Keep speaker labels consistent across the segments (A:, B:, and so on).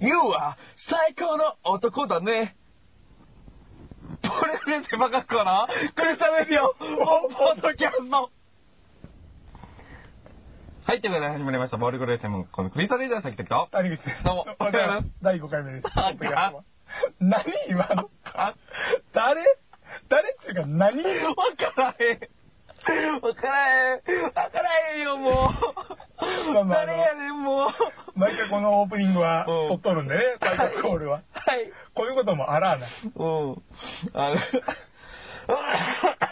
A: You は最高の男だね。これで手間かっかなクリスタルレディオ、ポンポッドキャスト。はい、ということで始まりました。ボールグレーセンこのクリスタルレディオさきときと。
B: 谷口です。
A: どうも
B: おはようございます。第5回目 です。
A: あ
B: 何今の
A: あ
B: 誰誰っていうか何
A: わからへん。わからへん。わからへんよ、も
B: まあ
A: う。
B: まああの
A: 誰やねん、もう。
B: 毎回このオープニングは
A: うん
B: 撮っとるんでね、タイトルコールは。
A: はい。
B: こういうこともあらあ
A: う
B: な。
A: ん。あ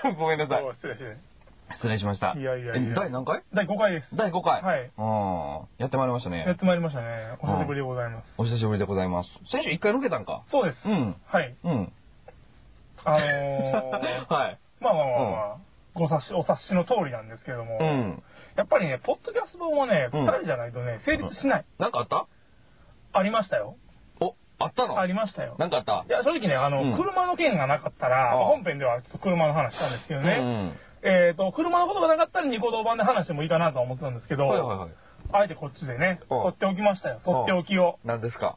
A: の、ご めんなさい
B: お。う失礼しね。
A: 失礼しました。
B: いやいやいや
A: え第何回
B: 第5回です。
A: 第5回。
B: はい
A: うん。やってまいりました
B: やっ
A: ね。
B: てまいりましたね。お久しぶりでございます。
A: お久しぶりでございます。先週1回抜けたんか
B: そうです。
A: うん。
B: はい。
A: うん。
B: あの ー
A: はい。
B: まあまあまあまあ、ご察し、お察しの通りなんですけども、
A: うん。
B: やっぱりね、ポッドキャスト本はね、
A: うん
B: 2人じゃないとね、成立しない。
A: なんかあった
B: ありましたよ。
A: お、あったの
B: ありましたよ。
A: なんかあった
B: いや、正直ね、あの、
A: うん
B: 車の件がなかったら、
A: ああ
B: 本編ではちょっと車の話したんですけど
A: う
B: ね、
A: ん
B: えっ、と、車のことがなかったらニコ動版で話してもいいかなとは思ってたんですけど、
A: うん。はいはいはい。
B: あえてこっちでね、
A: ああ
B: とっておきましたよ、とっておきを。
A: 何ですか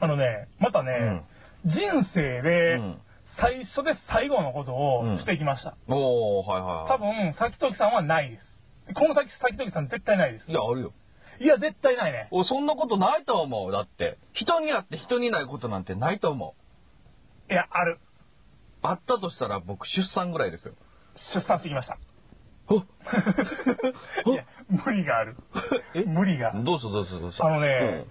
B: あのね、またね、人生
A: う
B: で
A: ん。
B: 最初で最後のこと
A: うん
B: をしてきました。
A: おー、はいはいはい。
B: 多分、先時さんはないです。この先、先時さん絶対ないです。
A: いや、あるよ。
B: いや、絶対ないね。
A: おそんなことないと思う。だって。人にあって人にないことなんてないと思う。
B: いや、ある。
A: あったとしたら僕出産ぐらいですよ。
B: 出産してきま した。
A: お
B: いや、無理がある。
A: え
B: 無理が。
A: どうぞどうぞどうぞ。
B: あのね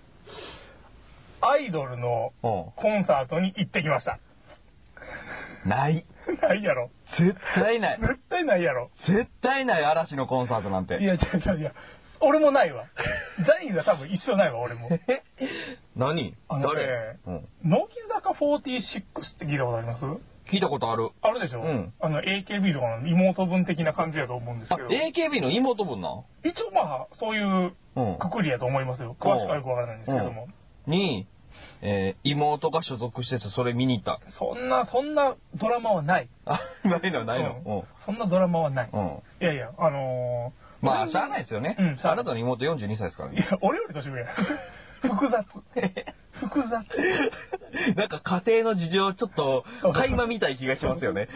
B: アイドルの
A: うん、うん。
B: コンサートに行ってきま した。
A: ない。
B: ないやろ。
A: 絶対ない。
B: 絶対ないやろ。
A: 絶対ない嵐のコンサートなん
B: い
A: て。
B: や、違う違う違う。俺もない わ。ジャニーズは多分一緒ないわ、俺も。
A: 何
B: あのね
A: 誰、うん、
B: 乃木坂46って聞いたことあります
A: 聞いたことある。
B: あるでしょ、
A: うん
B: あの、AKB とかの妹分的な感じやと思うんです
A: あ
B: けど。、
A: AKB の妹分な
B: 一応まあ、そういう
A: うん。
B: くくりやと思いますよ。詳しくはよくわからないんですけども。
A: に、えー妹が所属しててそれ見に行った。
B: そんな、そんなドラマはない。
A: あ、ないのないの。
B: うんそんなドラマはない。
A: うん。うん。
B: いやいや、あのー、
A: まあ、しゃあないですよね。
B: うんしゃ
A: あ
B: あない
A: なたの妹42歳ですから
B: い
A: ね。
B: や、俺より年上や。複雑。複雑。
A: なんか家庭の事情ちょっと垣間見たい気がしますよ ね。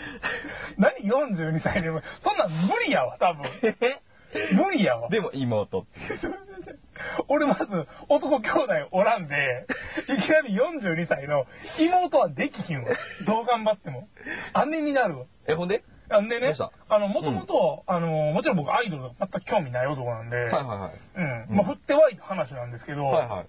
B: 何42歳でも、そんなん無理やわ、 多分。無理やわ。
A: でも妹。
B: 俺まず男兄弟おらんで、いきなり42歳の妹はできひんわ。どう頑張っても。姉になるわ。
A: え、ほんで
B: あんで
A: どう
B: ね
A: した、
B: あの、もともと、あの、もちろん僕アイドルが全く興味ない男なんで、
A: はいはいはい。
B: うん。まあ、振ってはいた話なんですけど、
A: はいはい。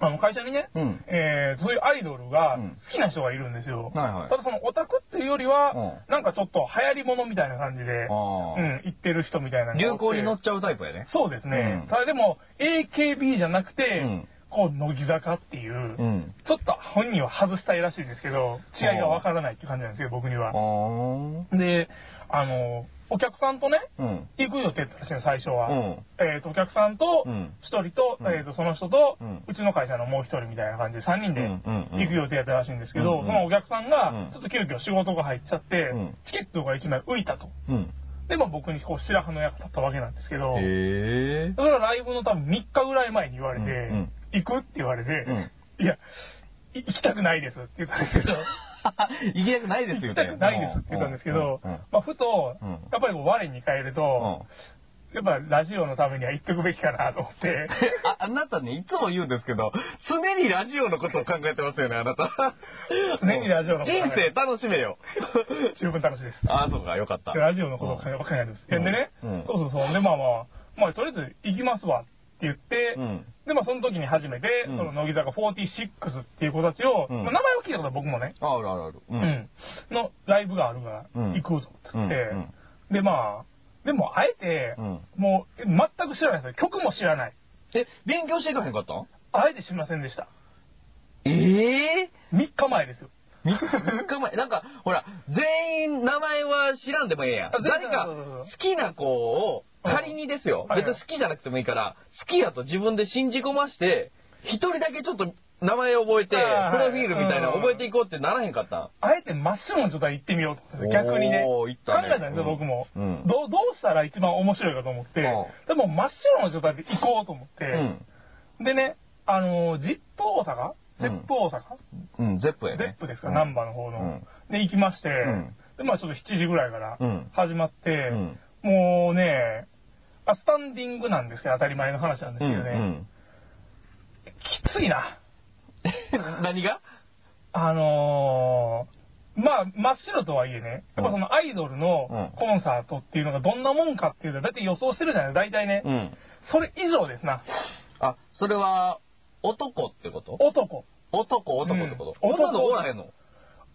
B: あの会社にね、
A: うん
B: えーそういうアイドルが
A: うん
B: 好きな人がいるんですよ。
A: はいはい
B: ただそのオタクっていうよりは、
A: う
B: なんかちょっと流行り物みたいな感じ
A: あ
B: で、
A: ー
B: うん、行ってる人みたいなのが
A: 流行に乗
B: 多く
A: ってちゃうタイプやね。
B: そうですね。
A: うん
B: ただでも、AKB じゃなくて、
A: ん
B: こう、乃木坂っていう、
A: うん。
B: ちょっと本人は外したいらしいですけど、違いがわからないって感じなんですけど、僕に
A: あ
B: は。
A: ー
B: で、あの、お客さんとね、
A: うん。
B: 行く予定だったらしいの最初は。
A: うん
B: えっ、と、お客さんと
A: うん、
B: 一人と、
A: うん
B: えっ、と、その人と、
A: う
B: うんちの会社のもう一人みたいな感じで、三人で
A: うんうんうん
B: 行く予定だったらしいんですけ
A: うん
B: ど、
A: うん
B: そのお客さん
A: うん
B: が、ちょっと急遽仕事が入っちゃって、
A: ん
B: チケットが一枚浮いたと。
A: うん。
B: で、まあ僕にこう、白羽の矢が立ったわけなんですけど、
A: へえ
B: そ。れはライブの多分3日ぐらい前に言われて、
A: うん
B: 行くって言われて、
A: ん
B: いや、い行きたくないですって言ったんです けど、
A: 行きたく ないです
B: 行
A: よ
B: き
A: ね。
B: たくないですって言ったんですけど
A: うんうんうん、
B: まあふと
A: うん、
B: やっぱりこう我に返ると、やっぱラジオのためには言っとくべきかなと 思って。
A: ああなたね、いつも言うんですけど、常にラジオのことを考えてますよね、あなた。
B: 常にラジオのことを考え
A: 人
B: て
A: 生楽しめよ。
B: 十分楽しいです。
A: ああ、そうか、よかった。
B: ラジオのことを考え考えてます。
A: うん
B: でね
A: うん、
B: そうそうそう。で、まあまあ、まあとりあえず行きますわって言って
A: うん、
B: で、まあその時に初めて
A: うん、
B: その乃木坂46っていう子たちを、
A: うん
B: まあ名前を聞いたことは僕もね、
A: ああるあるある。う
B: う。ん、のライブがあるから
A: うん
B: 行こうぞっつっ
A: う
B: て、
A: んうん
B: でまあでもあえて、
A: うん
B: もうえ全く知らないですよ曲も知らない
A: え、勉強していかへんかった
B: あえて知りませんでした
A: ええ
B: 3日前ですよ
A: 三日前、なんか、ほら、全員名前は知らんでもええやん。
B: あ全
A: 誰
B: 然
A: か
B: そうそうそう
A: 好きな子を、仮にですよ、
B: うんはい
A: 別
B: はい
A: に好きじゃなくてもいいから、好きやと自分で信じ込まして、一人だけちょっと名前を覚えて、プ
B: あー
A: ロフィールみたいなの
B: はい
A: 覚えていこうってならへんかったん
B: あえて真っ白の状態で行ってみようと思って逆にね
A: おー行っ
B: 考
A: たね
B: えたんですよ、
A: うん
B: 僕も、
A: うん
B: どうどうしたら一番面白いかと思って、
A: うん
B: でも真っ白の状態で行こうと思って、
A: うん。
B: でねあのージップ大阪ゼップ大阪、
A: うん、ゼップや
B: ゼ
A: ね
B: ッ。プですか、
A: うん
B: 難波の方の、
A: うん
B: で行きまして、
A: ん
B: でまあちょっと7時ぐらいから
A: うん
B: 始まって、
A: ん
B: もうね、あ、スタンディングなんですけど、当たり前の話なんです
A: う
B: け
A: ん、
B: どね、 きついな。
A: うん。何が
B: あのーまあ、真っ白とはいえね、やっぱそのアイドルの
A: うん
B: コンサートっていうのがどんなもんかっていうのは、だって予想してるじゃない大体ね、
A: うん。
B: それ以上ですな。
A: あ、それは、男ってこと
B: 男。
A: 男、男ってこと、
B: うん
A: 男のおらへんの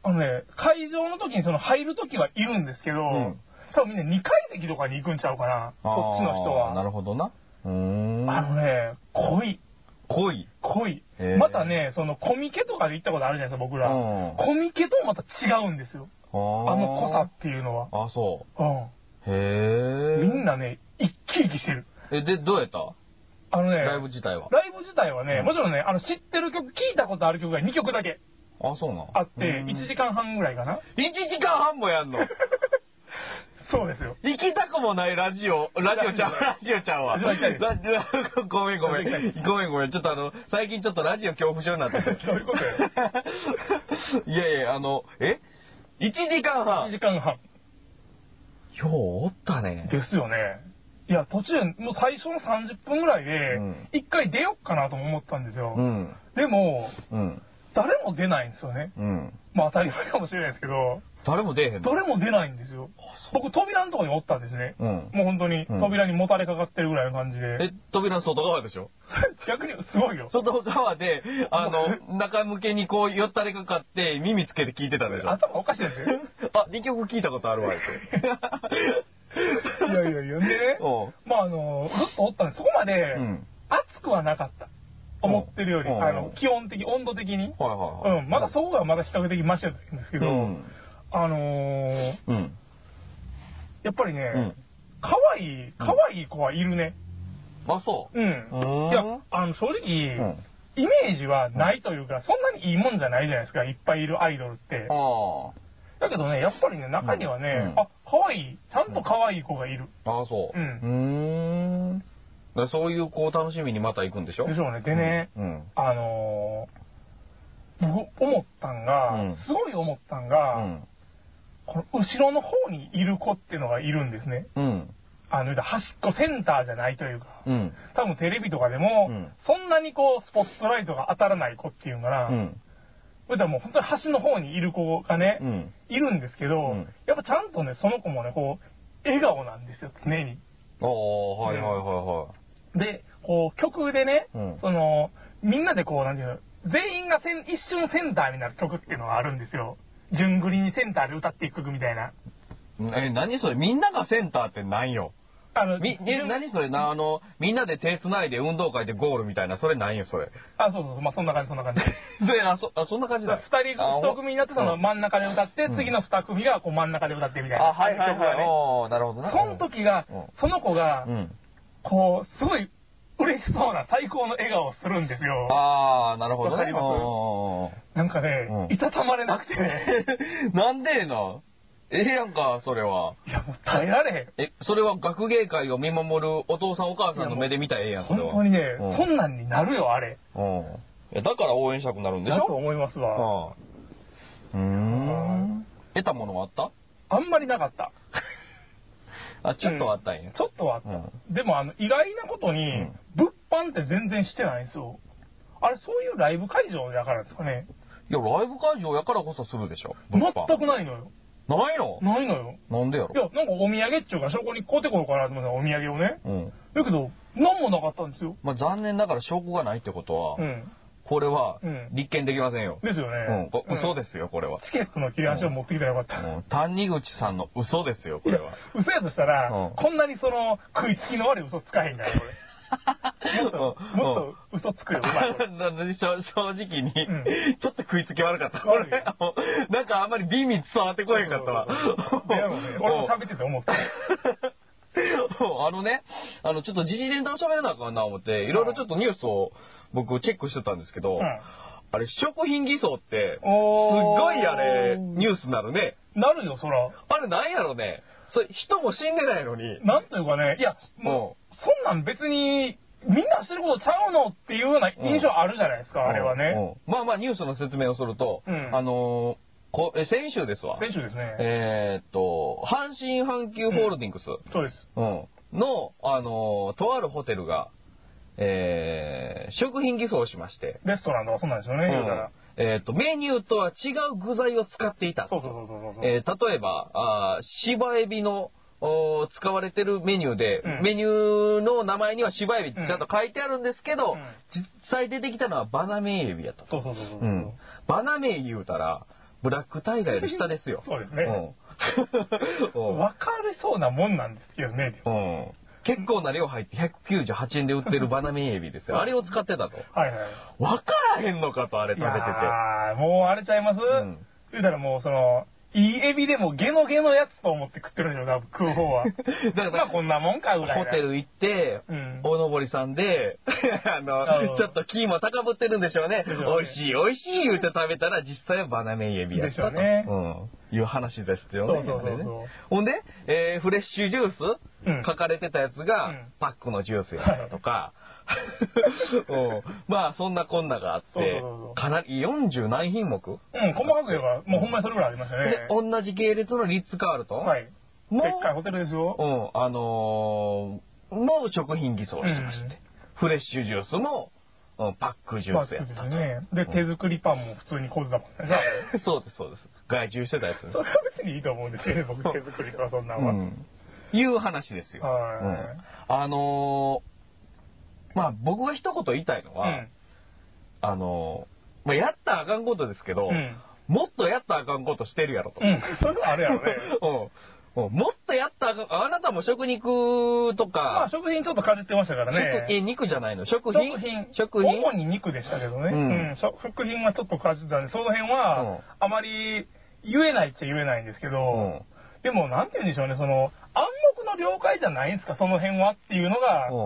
B: あのね、会場の時にその入る時はいるんですけど、
A: ん
B: 多分みんな2階席とかに行くんちゃうかな、そっちの人
A: あーな
B: は。
A: るほどな。うーん。
B: あのね、濃い、
A: 恋。
B: 濃い
A: へー。
B: またね、そのコミケとかで行ったことあるじゃないですか、僕ら。
A: うん
B: コミケともまた違うんですよ。
A: あ
B: あ
A: ー
B: の濃さっていうのは。
A: あ、そうう。へ
B: ん。
A: え。
B: みんなね、一気生きしてる。
A: え、で、どうやった
B: あのね、
A: ライブ自体は。
B: ライブ自体はね、
A: うん
B: もちろんね、あの知ってる曲、聞いたことある曲が2曲だけ
A: あ、そうなん。
B: あって、
A: うん
B: 1時間半ぐらいか な。
A: 一時間半もや んの
B: そうですよ。
A: 行きたくもないラジオ、ラジオちゃん、ラジオちゃんは。
B: ラジオちゃんです
A: ラジオごめんごめん。ごめんごめん。ちょっとあの、最近ちょっとラジオ恐怖症にな
B: 。
A: ってて
B: どういうことよ
A: いやいや、あの、え ?1 時間
B: 1
A: 半
B: 時間半。
A: ようおったね。
B: ですよね。いや、途中、もう最初の30分ぐらい
A: うん
B: で、一回出よっかなとも思ったんですよ。
A: うん。
B: でも、
A: うん。
B: 誰も出ないんですよね。
A: うん。
B: まあ当たり前かもしれないですけど、
A: 誰も出えへんの
B: 誰も出ないんですよ。僕、扉のとこにおったんですね。
A: うん。
B: もう本当に、
A: うん
B: 扉にもたれかかってるぐらいの感じで。
A: え、扉の外側でしょ
B: 逆に、すごいよ。
A: 外側で、あの、中向けにこう、よったれかかって、耳つけて聞いてたでしょ
B: 頭おかしいですよ。
A: あ、2曲聞いたことあるわ、って。
B: いやいやいや、でね
A: おう
B: まああの、ずっとおったんです。そこまで
A: うん。
B: 暑くはなかった。思ってるより、
A: うん
B: あの、気温的、温度的に。
A: はいはいは
B: う
A: い。
B: ん、まだそこがまだ比較的マシだったんですけ
A: う
B: ど、
A: ん。
B: あのー
A: うん。
B: やっぱりね、
A: うん。
B: 可愛い、可愛い子はいるね。
A: あ、そうう。
B: ん。
A: うん
B: いや、あの、正直、
A: うん
B: イメージはないというか、そんなにいいもんじゃないじゃないですか、いっぱいいるアイドルって。
A: あ
B: だけどね、やっぱりね、中にはね、
A: うん
B: あ、可愛い、ちゃんと可愛い子がいる。
A: あ。あ、そう。う
B: う
A: ん。ん。だからそういう、こう、楽しみにまた行くんでしょ
B: でしょうね。でね、
A: うん。
B: あのー僕、思ったんが、
A: うん
B: すごい思ったん
A: う
B: が、
A: ん。
B: この後ろの方にいる子っていうのがいるんですね。
A: うん。
B: あの、端っこセンターじゃないというか。
A: うん。
B: 多分テレビとかでも、
A: うん
B: そんなにこう、スポットライトが当たらない子っていうのか
A: う
B: な、
A: ん。
B: それとはもう本当に端の方にいる子がね、
A: うん。
B: いるんですけど、
A: うん
B: やっぱちゃんとね、その子もね、こう、笑顔なんですよ、常に。
A: ああ、はいはいは
B: で、こう、曲でね、
A: うん
B: その、みんなでこう、なんていうの、全員がせん一瞬センターになる曲っていうのがあるんですよ。順繰りにセンターで歌っていく曲みたいな。
A: いはい。え、何それみんながセンターってなんよ
B: あの、
A: み、え、
B: 順
A: 何それな、あの、みんなで手繋いで運動会でゴールみたいな、それなんよ、それ。
B: あ、そうそうそう、まあそんな感じ、そんな感じ。
A: で、あ、そ、あ、そんな感じだ。
B: 二人、
A: あ
B: 一組になってその
A: うん
B: 真ん中で歌って、
A: うん
B: 次の二組がこう真ん中で歌ってみたいな。
A: あ、はいはい
B: 曲が
A: はい。
B: ね
A: おーなるほどな。
B: その時が
A: うん、
B: その子が
A: う、ん。
B: こう、すごい嬉しそうな最高の笑顔をするんですよ。
A: あー、なるほど
B: わか
A: ね
B: り。ます
A: おー
B: なんかね
A: う、ん
B: いたたまれなくてね、
A: なん でな。ええやんか、それは。
B: いやもう耐えられへん。
A: え、それは学芸会を見守るお父さんお母さんの目で見たらええやん、それは。
B: 本当にね、
A: うん
B: そんなんになるよ、あれ。
A: うん。いや、だから応援したくなるんでし
B: だと
A: ょ
B: 思いますわ。
A: ああ。うーん。得たものはあった
B: あんまりなかった。
A: あ、ちょっとはあったんや。
B: ちょっとはあった。
A: う
B: でも、あの、意外なことに
A: うん、
B: 物販って全然してないんですよ。あれ、そういうライブ会場だからですかね。
A: いや、ライブ会場やからこそするでしょ。
B: 全
A: 物販
B: くないのよ。
A: ないの
B: ないのよ。
A: なんでやろ
B: いや、なんかお土産っていうか、証拠に買うてこようかなと思ったお土産をね。
A: うん。
B: だけど、何もなかったんですよ。
A: まあ、残念ながら証拠がないってことは、
B: うん。
A: これは
B: うん
A: 立件できませんよ。
B: ですよね。
A: うん。こ。嘘ですすよ、これは。
B: チケットの切れ端を持ってきたらよかった。
A: うん谷口さんの嘘ですよ、こ
B: い
A: れ
B: や
A: は。、
B: 嘘やとしたら、
A: うん
B: こんなにその、食いつきの悪い嘘つかへんから、こ れ。もっと、もっと嘘つくよ、うまいこれ。
A: なのに正正直に、
B: ん
A: ちょっと食いつき悪かった。
B: 悪い
A: 俺、あの なんかあんまりビ味伝わってこへんかったわ
B: そうそうそう。いやもうね俺も喋ってて思った。
A: あのね、あの、ちょっと時事ネタを喋らなあかんな思って、いろいろちょっとニュースを僕チェックしてたんですけど、
B: うん
A: あれ、食品偽装って、すっ
B: おー
A: ごいあれ、ニュースになるね。
B: なるよ、そら。
A: あれなんやろね。それ、人も死んでないのに。
B: なんというかね、いや、
A: も
B: もう、そんなん別に、みんなしてることちゃうのっていうような印象あるじゃないですか、あれはね。
A: うん。まあまあ、ニュースの説明をすると、
B: うん
A: あのーこえ先週ですわ。
B: 選手ですね。
A: えーっと、阪神阪急ホールディングス、
B: そうです。
A: うんの、あのーとあるホテルが、えー食品偽装をしまして、
B: レストランとかそうなんですよね、
A: うん
B: 言うたら。
A: えーっと、メニューとは違う具材を使っていた。
B: そうそうそうそうそう。
A: えー例えば、あー芝エビの、おー使われてるメニューで、
B: うん
A: メニューの名前には芝エビってちゃんと書いてあるんですけど、
B: うん
A: 実際出てきたのはバナメイエビやったと。
B: そうそうそうそう。。
A: うん。バナメイ言うたら、ブラックタイガーより下ですよ
B: そうですね。
A: うんうん
B: 分かれ そうなもんなんですけどね。
A: うん結構な量入って198円で売ってるバナメイエビですよ。あれを使ってたと。
B: はいはい。
A: わからへんのかと、あれ
B: い
A: 食べ
B: や
A: てて。
B: ーもうあれちゃいます、
A: ん
B: 言うたらもうその、いいエビでもゲノゲノやつと思って食ってるんでしょ、多分食う方は。
A: だか
B: まあ
A: ら、
B: こんなもんかぐらい
A: ホ
B: な。
A: テル行って、
B: うん
A: おのぼりさんで、 あ
B: う
A: の、
B: ん
A: ちょっとキーも高ぶってるんでしょうね。
B: でしょう
A: 美
B: ね
A: 味しい、美味しい言うて食べたら、実際はバナメイエビやったと。
B: でしょうね
A: うん。いう話ですよね。
B: そうそうそうそう
A: あれねほんで、えーフレッシュジュース、
B: うん
A: 書かれてたやつが、
B: うん
A: パックのジュースやったとか、 うんまあ、そんなこんながあって、
B: そうそうそうそう
A: かなり40何品目、
B: うん、細かく言えば、もうほんまにそれぐらいありましたね。
A: で、同じ系列のリッツ・カールトン、
B: はい。で
A: も
B: っかいホテルですよ。
A: うん、あのー、も食品偽装してまして、
B: うん
A: フレッシュジュースも、うん、パックジュースやった
B: ま
A: と。
B: あね。で、手作りパンも普通にこずだもんね。
A: そうです、そうです。外注してたやつ。
B: それは別にいいと思うんですけど、僕手作りとかそんなん
A: う
B: は。
A: ん。いう話ですよ。
B: は
A: うん、あのー、まあ僕が一言言いたいのは、あのー、まあやったらあかんことですけど、
B: うん。うん。
A: もっとやったらあかんことしてるやろと。
B: うん。それはあれやろね。
A: うんうんもっとやったらあかん、あなたも食肉とか、
B: まあ食品ちょっとかじってましたから
A: 食え
B: ね。
A: 肉じゃないの食品
B: 食品。
A: 食品
B: 主に肉でしたけどね。
A: う
B: うんん。食品はちょっとかじってたんで、その辺
A: うん
B: は、あまり言えないっちゃ言えないんですけ
A: うん
B: ど、でもなんて言うんでしょうね、その、暗黙の了解じゃないんですか、その辺はっていうの
A: う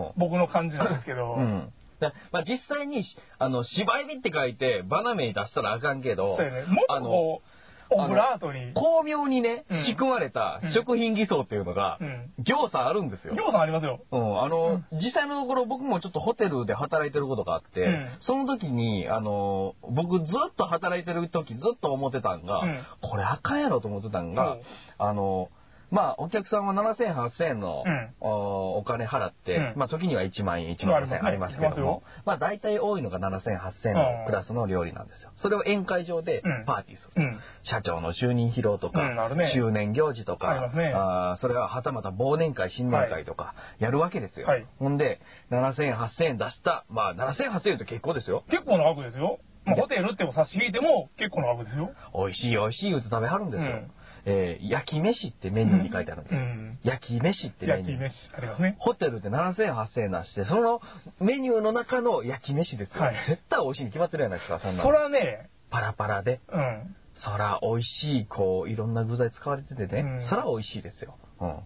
A: ん
B: が、僕の感じなんですけど。
A: うんだまあ、実際にあの芝居って書いてバナメイ出したらあかんけど、
B: そうやね。もっ
A: あ
B: と
A: の
B: こう、オブラートに。
A: 巧妙にね、
B: うん
A: 仕組まれた食品偽装っていうのが、
B: うん。
A: 行さあるんですよ
B: り。ょうさんありますよ。
A: うん、あの、実際のところ僕もちょっとホテルで働いてることがあって、
B: うん
A: その時に、あの、僕ずっと働いてる時ずっと思ってたんが、
B: うん
A: これあかんやろと思ってたんが、
B: うん
A: あの、まあ、お客さんは7000円、8000円の、
B: うん
A: おお金払って、
B: うん
A: まあ、時には1万円、1万
B: あ
A: 5000
B: ります
A: 円
B: ね
A: ありますけど
B: あり
A: もま
B: ま、
A: あ、大体多いのが7000、8000円のクラスの料理なんですよ。それを宴会場で
B: うん
A: パーティーする。
B: うん。
A: 社長の就任披露とか、
B: うんあるね
A: 周年行事とか、
B: ありますね
A: あーそれははたまた忘年会、新年会とか、やるわけですよ。
B: はい
A: ほんで、7000円、8000円出した、まあ、7000円、8000円と結構ですよ。
B: 結構な額ですよ。まあ、ホテルっても差し引いても結構な額ですよ。
A: 美味しい、美味しい、言うて食べはるんですよ。
B: うん
A: えー焼き飯ってメニューに書いてあるんですよ。
B: うん
A: 焼き飯ってメ
B: 焼
A: ニュー。
B: き飯ありますね。
A: ホテルで7000円、8000円出して、そのメニューの中の焼き飯ですよ。
B: はい
A: 絶対美味しいに決まってるやないですか、そんなの
B: そらね、
A: パラパラで。
B: うん。
A: そら美味しい、こう、いろんな具材使われててね、
B: うん
A: そら美味しいですよ。うん。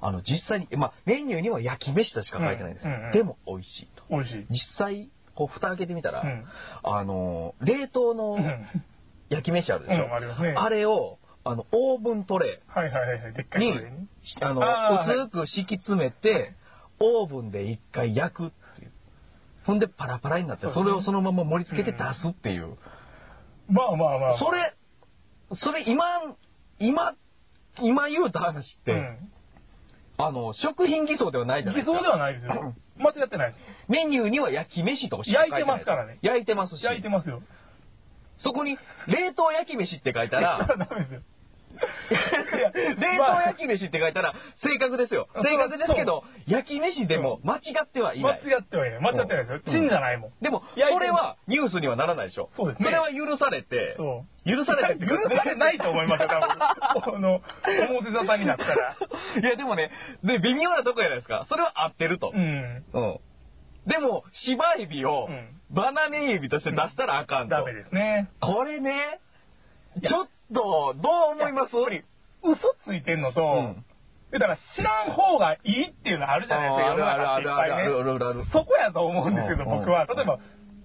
A: あの、実際に、まあ、メニューには焼き飯としか書いてないんですよ。
B: うんうんうん
A: でも美味しいと。
B: 美味しい。
A: 実際、こう、蓋開けてみたら、
B: うん
A: あの、冷凍の
B: うん。
A: 焼き飯あるでしょ。
B: うんありますね
A: あれを、あの、オーブントレ
B: はいはいはいはい。でっ
A: イ
B: かい
A: に
B: これね。、
A: あの、
B: あー
A: 薄く敷き詰めて、オーブンで一回焼くっていう。ほんで、パラパラになって、
B: そう
A: そ
B: ね
A: れをそのまま盛り付けて出すっていう。
B: まあまあまあまあ。
A: それ、それ今、今、今言うた話って、
B: うん。
A: あの、食品偽装ではないじゃない
B: 偽
A: ですか。
B: 装ではないで すよ。間違ってないで
A: メニューには焼き飯とかしか書いない
B: 焼いてますからね
A: 焼いてますし
B: す。。焼いてますよ。
A: そこに、冷凍焼き飯って書いた ら、
B: ダメですよ。
A: 冷凍焼き飯って書いたら、正確ですよ。
B: そう
A: 正確ですけど、焼き飯でも間違ってはいな
B: 間
A: い。
B: 違ってはいない。間違ってないですよ。
A: うん
B: チンじゃないもん。
A: でも、
B: 焼いてる
A: それはニュースにはならないでしょ。
B: そうですね
A: れは許されて、
B: そう。
A: 許されてって
B: 許されないと思いますよ、多 分。この、表沙汰になったら。
A: いや、でもね、で、微妙なとこやないですか。それは合ってると。
B: うん。
A: うん。でも、芝エビを
B: うん
A: バナメイエビとして出したらあかんと。
B: ダメですね。
A: これね、
B: いや
A: ちょっと、どう思います
B: やっぱり嘘ついてんのと、
A: うん
B: だから知らん方がいいっていうのあるじゃないですか、
A: あるあるあるある
B: 世の中
A: あるあるあ
B: っていっぱいね
A: るある
B: そこやと思うんですけど、
A: うん
B: 僕は。例えば、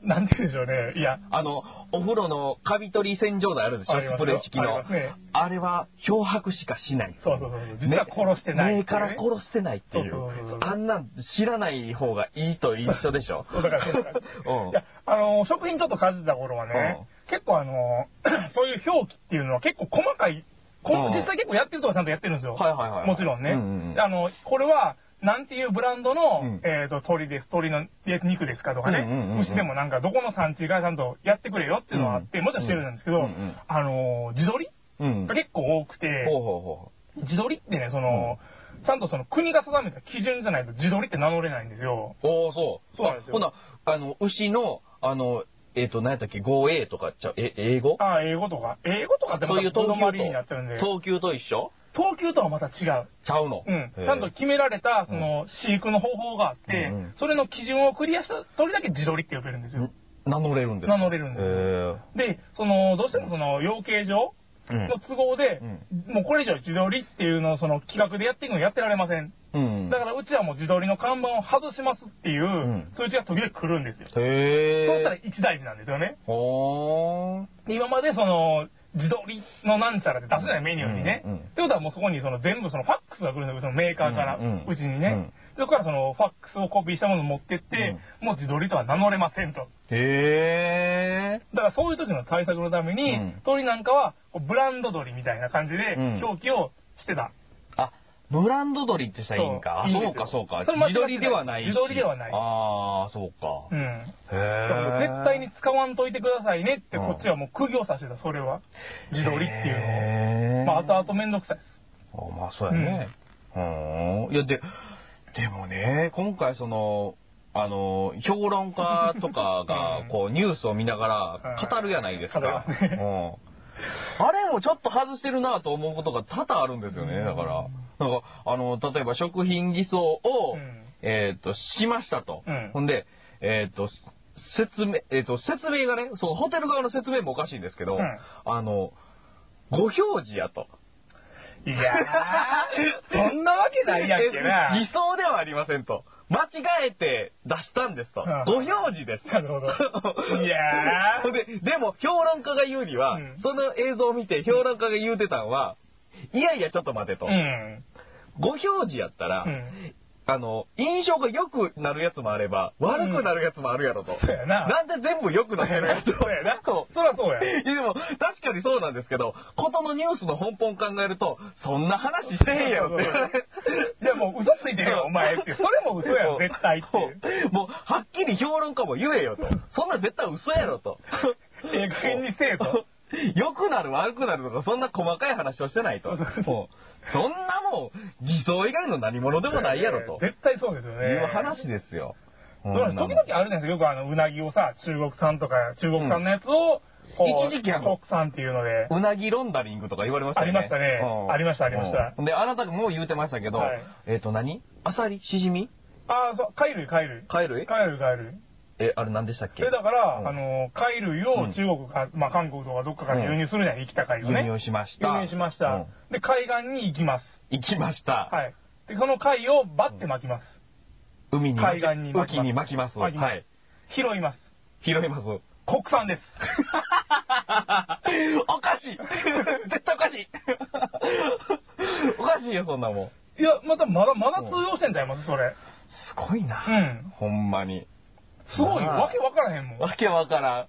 B: なんて言うんでしょうね。いや、
A: あの、お風呂のカビ取り洗浄剤あるんですよ、
B: あります
A: ス
B: よ
A: プレー式の。
B: ありますね
A: あれは漂白しかしない。
B: そうそうそう。実は殺してない
A: 目目
B: ってい
A: か
B: う
A: ら
B: ね、
A: 殺してないっていう
B: そうそうそうそう
A: あんなん知らない方がいいと一緒でしょ
B: そうだからそうだか
A: うん
B: らいや、あのー、食品ちょっとかじった頃はね、結構あの ー、そういう表記っていうのは結構細かい、こ
A: うん
B: ん実際結構やってるとこちゃんとやってるんですよ。
A: はいはいはいはい
B: もちろんね。
A: うんうんうん
B: あの、これは、なんていうブランドの、
A: うん
B: えっ、と、鳥です、鳥の肉ですかとかね、
A: うんうんうんうん
B: 牛でもなんか、どこの産地がちゃんとやってくれよっていうのがあって、
A: うん
B: もちろんしてるんですけど、
A: うんうん
B: あのー、自撮り
A: うん
B: が結構多くて、
A: ほうほうほ
B: 自撮りってね、その、ちゃんとその国が定めた基準じゃないと自撮りって名乗れないんですよ。
A: うおおそう
B: そうなんですよ
A: ほなあの牛のあのえっ、と何やったっけ 5A とかちゃうえ英語
B: ああ、英語とか。英語とかってま
A: そうい
B: た
A: う等
B: 遠回
A: 級
B: りになってるんで、
A: と等級と一緒
B: 等級とはまた違う。
A: ちゃうの、
B: うん。
A: へー
B: ちゃんと決められた、その、飼育の方法があって、
A: うんうん
B: それの基準をクリアした鳥だけ自撮りって呼べるんですよ。
A: 名乗れるんです
B: 名乗れるんですよ
A: で
B: で、その、どうしてもその、養鶏場の都合で、もうこれ以上自撮りっていうのをその企画でやっていくのやってられません。
A: うん
B: だからうちはもう自撮りの看板を外しますっていうん通知が時々来るんですよ。
A: らへえ
B: そうしたら一大事なんですよね。
A: ほー
B: で今までその、自撮りのなんちゃらって出せないメニューにね。
A: うんうん
B: ってことはもうそこにその全部そのファックスが来るんですよ、そのメーカーから、
A: う
B: うん
A: うん
B: ちに
A: う
B: ね
A: ん。
B: そこからそのファックスをコピーしたものを持ってって、もう自撮りとは名乗れませんと。
A: へえ
B: だからそういう時の対策のために、
A: うん
B: 鳥なんかはこうブランド鳥みたいな感じで
A: うん
B: 表記をしてた。
A: あブランド鳥ってしたらいいんかあ
B: そう
A: そ
B: いいん
A: う
B: ですよ
A: かそうか
B: それ間違
A: 自
B: ってな
A: 撮
B: い
A: りではないし
B: 自撮りではない
A: ああそうか、
B: うん。だからもう
A: へえ
B: 絶対に使わんといてくださいねって、
A: うん
B: こっちはもう釘を刺してた、それは。自撮りっていう
A: へー
B: のを。まあ、後々めんどくさいです。
A: あまあそうやね。うん。いやで、でもね、今回その、あの、評論家とかが
B: うん、
A: こう、ニュースを見ながら語るやないですか。
B: 語りますね
A: うんあれもちょっと外してるなと思うことが多々あるんですよね、だから。なんか、あの、例えば食品偽装を、
B: うん
A: えっ、と、しましたと。
B: うん
A: ほんで、えっ、と、説明、えっ、と、説明がね、そのホテル側の説明もおかしいんですけど、
B: うん
A: あの、ご表示やと。
B: いやー、そんなわけないやんけな。
A: え偽装ではありませんと。間違えて出したんですと
B: うん。
A: ご表示です。
B: なるほどいやー
A: ほんで、でも評論家が言うには、
B: うん
A: その映像を見て評論家が言うてたんは、いやいや、ちょっと待てと。
B: うん。
A: ご表示やったら、
B: うん
A: あの、印象が良くなるやつもあれば、悪くなるやつもあるやろと。
B: そうやな
A: なんで全部良くなってるやつ
B: そうやな。
A: そう
B: そらそうや。
A: いやでも、確かにそうなんですけど、ことのニュースの本本考えると、そんな話してへんやろって。
B: いや、もう嘘ついてるよ、お前って。それも嘘やろ、絶対っていう。
A: もう、はっきり評論家も言えよと。そんなん絶対嘘やろ と。
B: ええ加減にせえと。
A: 良くなる悪くなるとか、そんな細かい話をしてないと。もう、そんなもん、偽造以外の何者でもないやろと。
B: 絶対そうですよね。
A: いう話ですよ。
B: そうなんです時々あるじゃないですか。よくあの、うなぎをさ、中国産とか、中国産のやつを、こう
A: 一時期あの
B: 国産っていうので。
A: うなぎロンダリングとか言われましたよね。
B: ありましたね
A: うん
B: ありましたありました
A: うんで、あなたもう言うてましたけど、
B: はい
A: えっ、と何、アサリシジミ
B: ああ、そう、貝類、貝類。
A: 貝類
B: 貝類、貝類。
A: え、あれ何でしたっ
B: そ
A: け
B: れだから、
A: うん
B: あの、貝類を中国か、まあ、韓国とかどっかから輸入するじゃない、生きた貝をね。
A: 輸入しました。
B: 輸入しました。
A: うん
B: で、海岸に行きます。
A: 行きました。
B: はい。で、その貝をバッて巻きます。
A: 海に
B: 海岸に巻きます
A: 浮きに巻きます。は
B: 巻きます
A: い。
B: 拾います。
A: 拾います。
B: 国産です。
A: おかしい絶対おかしいおかしいよ、そんなもん。
B: いや、また、まだ、まだ通用してんちゃいますそれ。
A: すごいうな。
B: ん。
A: ほんまに。
B: すごいよ。
A: まあ
B: わけわからへん もん。
A: わけわから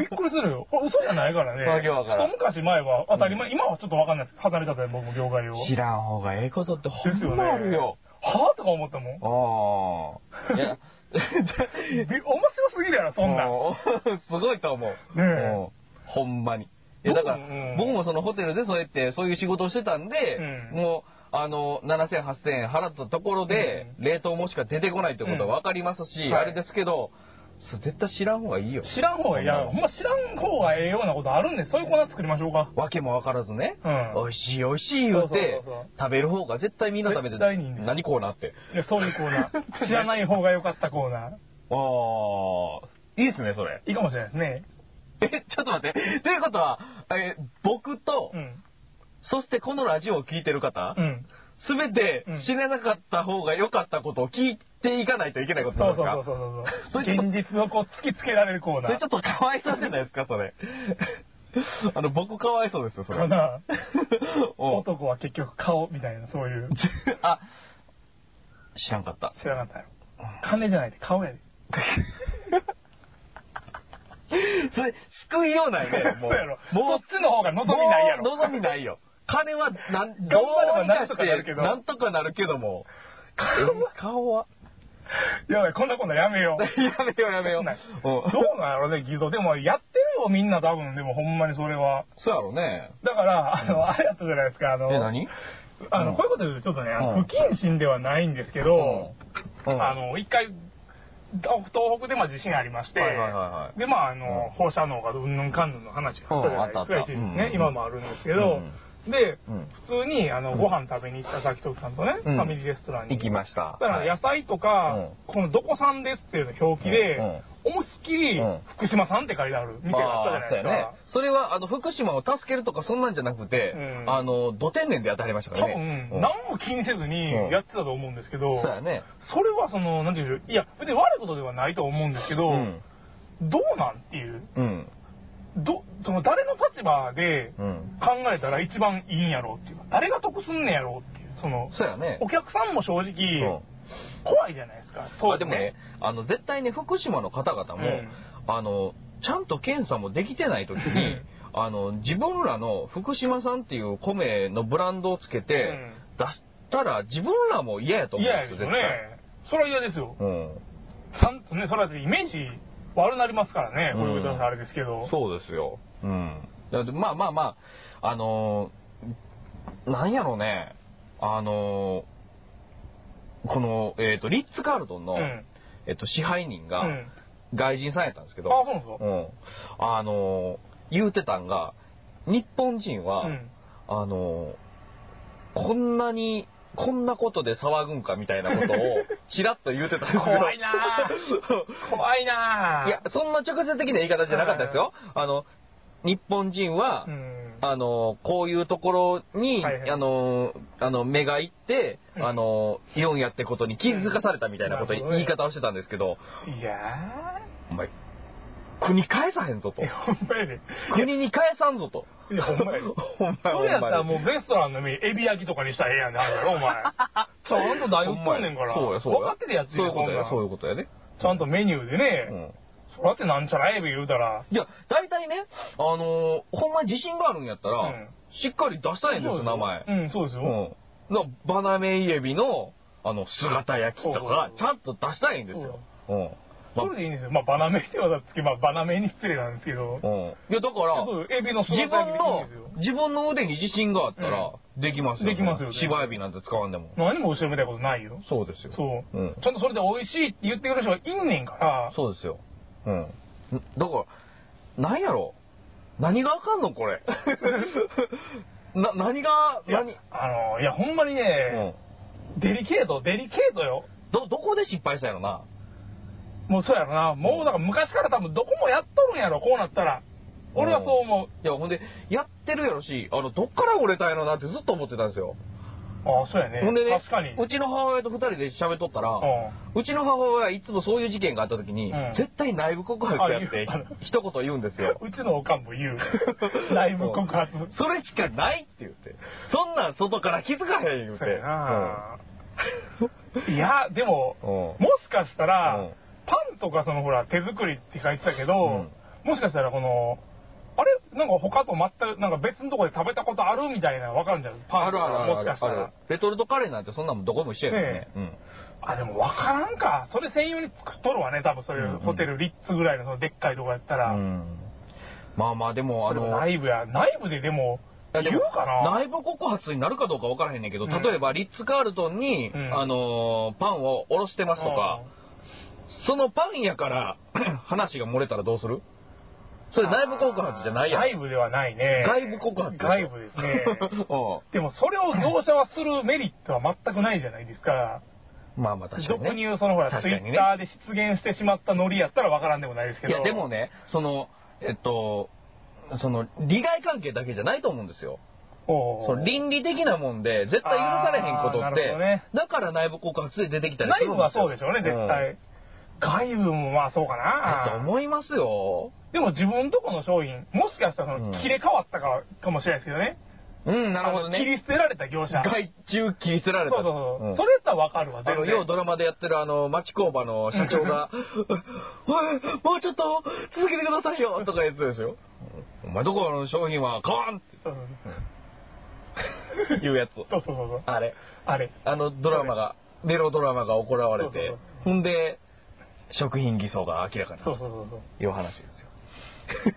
A: ん。
B: びっくりするよ。これ嘘じゃないからね。
A: わけわからん
B: 一昔前は当たり前、今はちょっとわかんないです。離れたで僕も業界を。
A: 知らん方がええことってほ
B: で
A: ん
B: すよ
A: ま
B: ね。
A: あるよ。
B: はぁとか思ったもん。び
A: ああ。い や、
B: 面白すぎるやろ、そんなん。
A: もう すごいと思う。
B: え
A: もうほんまに。いや、だから、
B: うん
A: 僕もそのホテルでそうやって、そういう仕事をしてたんで、
B: うん
A: もう、あの、7000、8000円払ったところで、冷凍もしか出てこないってことは分かりますし、
B: うんはい
A: あれですけど、そう絶対知らん方がいいよ。
B: 知らん方がいいいや、ほんま知らん方がええようなことあるんで、そういう粉作りましょうか。
A: わけも分からずね、
B: うん
A: 美味しい美味しい言うて
B: そうそうそうそう
A: 食べる方が絶対みんな食べて
B: 絶対にいいんです
A: 何こうなって
B: いや、そういうコーナ ー。知らない方が良かったコーナー。
A: ああいいですねそれ
B: いいかもしれないですね。
A: えちょっと待ってということは、え僕と、
B: うん。
A: そしてこのラジオを聞いてる方
B: う、ん。
A: すべて
B: うん
A: 知らなかった方が良かったことを聞いっていかないといけないこと
B: そ
A: なんで
B: うそ
A: す
B: う
A: か
B: そ
A: それ
B: うそうそう。
A: ちょっと
B: 現実をこう突きつけられるコー
A: そ
B: ナ
A: れ
B: ー
A: ちょ。っとかわいそうじゃないですか、それ。 あの、僕かわいそうですよ、それ。
B: かな
A: おう
B: 男は結局顔みたいな、そういう。
A: あ、知らんかった。
B: 知らなかったよ。金じゃないで顔やで。
A: それ、救いようない ね、も
B: そうやろ
A: う。もう
B: そっちの方が望みないやろ
A: もう望みないよ。金は、なん、
B: 頑張ればなん
A: ど
B: と
A: うか
B: かなるけど
A: なんとかなるけども。顔は。
B: やばい、こんなこんなや めよう。
A: やめようやめよう。
B: ない
A: うん
B: どうなんやろね、偽造。でも、やってるよ、みんな多分。でも、ほんまにそれは。
A: そうやろね。
B: だから、あ
A: うん
B: の、あれやったじゃないですか、あ
A: え、
B: の、
A: 何
B: あ
A: うん
B: の、こういうこと言うと、ちょっとね、あの
A: うん
B: 不謹慎ではないんですけど、
A: うん
B: あの、一回、東東北でまあ地震ありまして、
A: はいはいはいはい
B: で、まあ、あ
A: うん
B: の、放射能がうんぬんかんぬんの話があったじゃな
A: うんあ
B: いですか、
A: ったあった
B: 一時
A: うん
B: ね、今もあるんですけど、で、普通に、あの、ご飯食べに行った先とさんとね、
A: うん
B: ファミリーレストランに。
A: 行きました
B: だから、野菜とか、この、どこさんですっていうの表記で、
A: うんうん
B: 思いっきり
A: うん、
B: 福島さんって書いてある店があったじゃないですか。
A: それは、あの、福島を助けるとかそんなんじゃなくて、
B: うん
A: あの、土天然でやってはりましたか
B: 多
A: ら
B: 分、
A: ね。うん
B: 何も気にせずにやってたと思うんですけど、
A: そうやね。
B: それはその、なんていうんでしょう、いや、別に悪いことではないと思うんですけど、
A: うん。
B: どうなんっていう、
A: うん。
B: ど、その誰の立場で
A: うん。
B: 考えたら一番いいんやろうっていうか、誰が得すんねやろうっていう、その、
A: そうやね。
B: お客さんも正
A: うん
B: 直、怖いじゃないですか、
A: あでもね、あの、絶対ね、福島の方々も、
B: うん
A: あの、ちゃんと検査もできてない時に
B: うん、
A: あの、自分らの福島産っていう米のブランドをつけて、
B: うん
A: 出したら自分らも嫌やと思
B: 嫌
A: うん
B: や
A: で
B: ですす
A: よ、
B: よね。それは嫌ですよ。
A: 絶対。うん。
B: ちゃんとね、それはイメージ悪なりますからね、
A: うん
B: こういうことはあれですけど。
A: そうですよ。うん。だってまあまあまあ、あのーなんやろね、あのーこの、えっ、と、リッツ・カールトンの、
B: うん。
A: えっ、と、支配人が
B: うん
A: 外人さんやったんですけど、
B: あ、そうなんですか。
A: うん。あのー言うてたんが、日本人は、
B: うん
A: あのーこんなに、こんなことで騒ぐんかみたいな ことを、ちらっと言うてたんですけど。
B: 怖いな 怖いなぁ。
A: いや、そんな直接的な言い方じゃなかったですよ。あの、日本人は、
B: うん、
A: あの、こういうところに、
B: はいはい
A: あの、あの、目がいって、
B: うん
A: あの、イオンやってことに気づかされたみたいなこと、
B: なるほど
A: 言
B: ね
A: い方をしてたんですけど、
B: いや
A: お前、国返さへんぞと
B: ー。。ほんまやで。
A: 国に返さんぞと。
B: いや、ほんまやで。
A: ほんまや
B: それやったら
A: ほん
B: もうレストランの上にエビ焼きとかにしたらええやんね、あれやろ、お 前。ちゃんと大
A: ほ
B: 福
A: んま
B: 食
A: や
B: うねんから。
A: そうや、そうや。
B: 分かってるやつ
A: そういうことや、
B: そん
A: そ
B: な
A: うんいうことやね。
B: ちゃんとメニューで
A: う
B: ね、
A: ん。
B: そらってなんちゃらエビ言うたら。
A: いや、大体ね、あのーほんま自信があるんやったら、
B: うん
A: しっかり出したいんですよ、名前。
B: うん、そうですよ。
A: うん。のバナメイエビの、あの、姿焼きと
B: そうそう
A: か
B: そ、う
A: ちゃんと出したいんですよ。うん。ま
B: それでいいんですよ。まあ、バナメってわざつけ、まあ、バナメに失礼なんですけど。
A: うん。いや、だから、
B: そうエビの
A: 自
B: 姿焼き
A: 分
B: でいい
A: の
B: んですよ。、
A: 自分の腕に自信があったら、できますよ。
B: できますよね
A: 芝エビなんて使わんでも。
B: 何も後ろめたいことないよ。
A: そうですよ。
B: そう。
A: うん
B: ちゃんとそれで美味しいって言ってくれる人がいんねんから。
A: そうですよ。うん。だから、なんやろ何があかんのこ れ。な、何が、
B: いや、
A: 何、
B: あの、いや、ほんまに
A: うん
B: ね、。デリケート、デリケートよ。
A: ど、どこで失敗したんやろな。
B: もうそうやろな。もうだから昔から多分どこもやっとるんやろ、こうなったら。俺はそう思う。
A: いや、ほんで、やってるやろし、あの、どっから折れたんやろなってずっと思ってたんですよ。
B: ああ、そうやね。
A: ほんでね
B: 確かに。うん。
A: うちの母親と二人で喋っとったら、うちの母親はいつもそういう事件があった時に、
B: うん
A: 絶対内部告発やっ
B: あ言
A: て
B: うあの
A: 一言言うんですよ。
B: うちのおかんも 言う。 内部告発。
A: それしかないって言って。そんなん外から気づかへん言うて。
B: そうや な。いや、でも、
A: うん
B: もしかしたら、
A: うん
B: パンとかそのほら、手作りって書いてたけど、
A: うん
B: もしかしたらこの、あれなんか他と全く、なんか別のとこで食べたことあるみたいなの分かるんじゃないパ
A: あ
B: ンと
A: るあるあ
B: か
A: る
B: もしかした
A: あるあ
B: ら
A: る。レトルトカレーなんてそんなんどこも一緒やからね。
B: あ、でも分からんか。それ専用に作っとるわね、多分そういう、
A: うんうん
B: ホテルリッツぐらいのそのでっかいとこやった
A: う
B: ら。
A: ん。うんまあまあでも、あ
B: でも
A: の、
B: 内部や、内部ででも、
A: いや
B: 言
A: で
B: う
A: も
B: かな
A: 内部告発になるかどうか分からへんねんけど、
B: うん
A: 例えばリッツ・カールトンに、
B: うん
A: あのーパンをおろしてますとか、そのパンやから 話が漏れたらどうするそれ内部告発じゃないやん。
B: 内部ではないね。
A: 外部告発でしょ
B: 外部ですね。
A: う
B: でもそれを業者はするメリットは全くないじゃないですか。
A: んまあまあ確かに、ね。
B: 俗に言うそのほら、
A: 確
B: ツ
A: か
B: イ
A: にね
B: ッターで出現してしまったノリやったらわからんでもないですけ
A: い
B: ど。
A: やでも
B: ね。
A: ね、その、えっと、その、利害関係だけじゃないと思うんですよ。
B: おー
A: その倫理的なもんで、絶対許されへんこと
B: あ
A: っ
B: ーなる
A: て、
B: ほどね
A: だから内部告発で出てきたりす
B: 内
A: るん
B: 部
A: ですよ。
B: はそうでしょうね、絶
A: うん
B: 対。外部もまあそうか
A: だと
B: な。
A: 思いますよ。
B: でも自分とこの商品、もしかしたらそ
A: うん
B: の切れ替わったかかもしれないですけどね。
A: うん、なるほど
B: あの切り
A: ね。
B: 捨てられた業者。
A: 外注切り捨てられた。
B: そうそうそう。
A: ん
B: それやったらわかるわ、
A: あの、
B: 全然
A: ようドラマでやってるあの、町工場の社長が、 おいもうちょっと続けてくださいよとか言ってたでしょ。お前どこの商品は買わんっ
B: そうそう
A: ていうやつ。
B: そうそうそうそう。
A: あれ、
B: あれ。
A: あのドラマが、メロドラマが行われて
B: そうそう、
A: ほんで、食品偽装が明らかに
B: そ
A: な
B: う
A: っ
B: そうそうそう。
A: たいう話ですよ。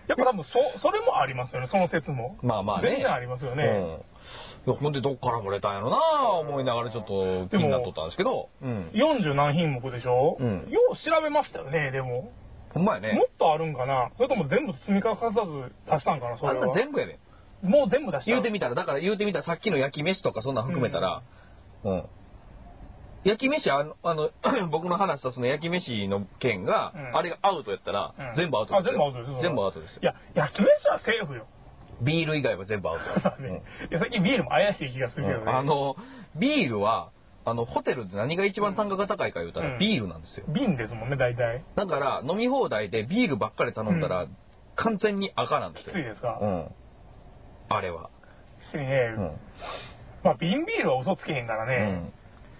B: やっぱ多分そ、それもありますよね、その説も。
A: まあまあね。
B: 全然ありますよね。
A: うんいやほんでどっから漏れたんやろな思いながらちょっと気になっとったんですけど、うん。
B: 40何品目でしょ、
A: うん
B: よう調べましたよね、でも。
A: ほんまやね
B: も。っとあるんかなそれとも全部積み重さず足したんかなそ
A: あん
B: れ
A: な
B: は。
A: ん全部やで。
B: もう全部出した。
A: 言うてみたら、だから言うてみたらさっきの焼き飯とかそんなん含めたら、うん。焼き飯、あの、あの 僕の話したその焼き飯の件が、
B: うん
A: あれがアウトやったら、
B: うん
A: 全部アウトですよ。
B: あ全部アウトですよ
A: 全部アウトですよ
B: いや、焼き飯はセーフよ。
A: ビール以外は全部アウト。
B: ねいや、最近ビールも怪しい気がす
A: う
B: る
A: ん
B: けどね。
A: あの、ビールは、あの、ホテルで何が一番単価が高いか言うたら、
B: うん
A: ビールなんですよ。
B: 瓶ですもんね、大体。
A: だから、飲み放題でビールばっかり頼んだら、
B: う
A: 完全に赤なんで
B: き
A: す
B: つ
A: よ。
B: いですか、
A: うん。あれは。
B: ね
A: うん
B: まあ、瓶ビールは嘘つけへんからね。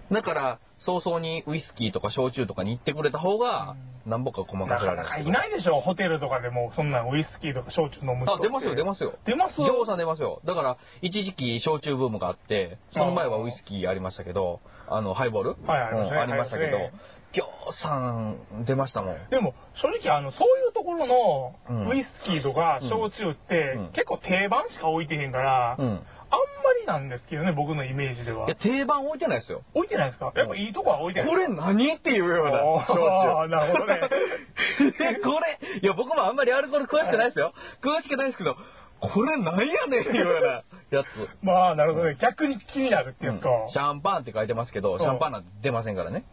A: うん、だから早々にウイスキーとか焼酎とかに行ってくれた方がなんぼか細
B: な
A: かく
B: か
A: ら
B: なか
A: れ
B: いないでしょ、ホテルとかでも、そんなんウイスキーとか焼酎飲む人っ
A: あ
B: て。
A: 出ますよ出ますよ
B: 出ます
A: 業者出ますよだから一時期焼酎ブームがあってその前はウイスキーありましたけどあのハイボール、
B: はいありましたね
A: うんありましたけど、
B: はいはい
A: ぎょうさん出ましたもん
B: でも、正直、あの、そういうところ
A: うん
B: の、ウイスキーとか、
A: うん
B: 焼酎って、
A: うん
B: 結構定番しか置いてへんから、
A: う
B: あんま
A: ん
B: りなんですけどね、僕のイメージではい
A: や。定番置いてないですよ
B: 置いてないですかやっぱいいとこは置いてない。
A: これ何っていう ような
B: おー
A: 焼酎。
B: なるほどね
A: えこれ、いや、僕もあんまりアルコール詳しくないですよ。詳しくないですけど、これなんやねんっていうようなやつ。
B: まあ、なるほどね。逆に気になるって
A: う
B: いうんか。
A: シャンパンって書いてますけど、
B: ん
A: シャンパンなんて出ませんからね。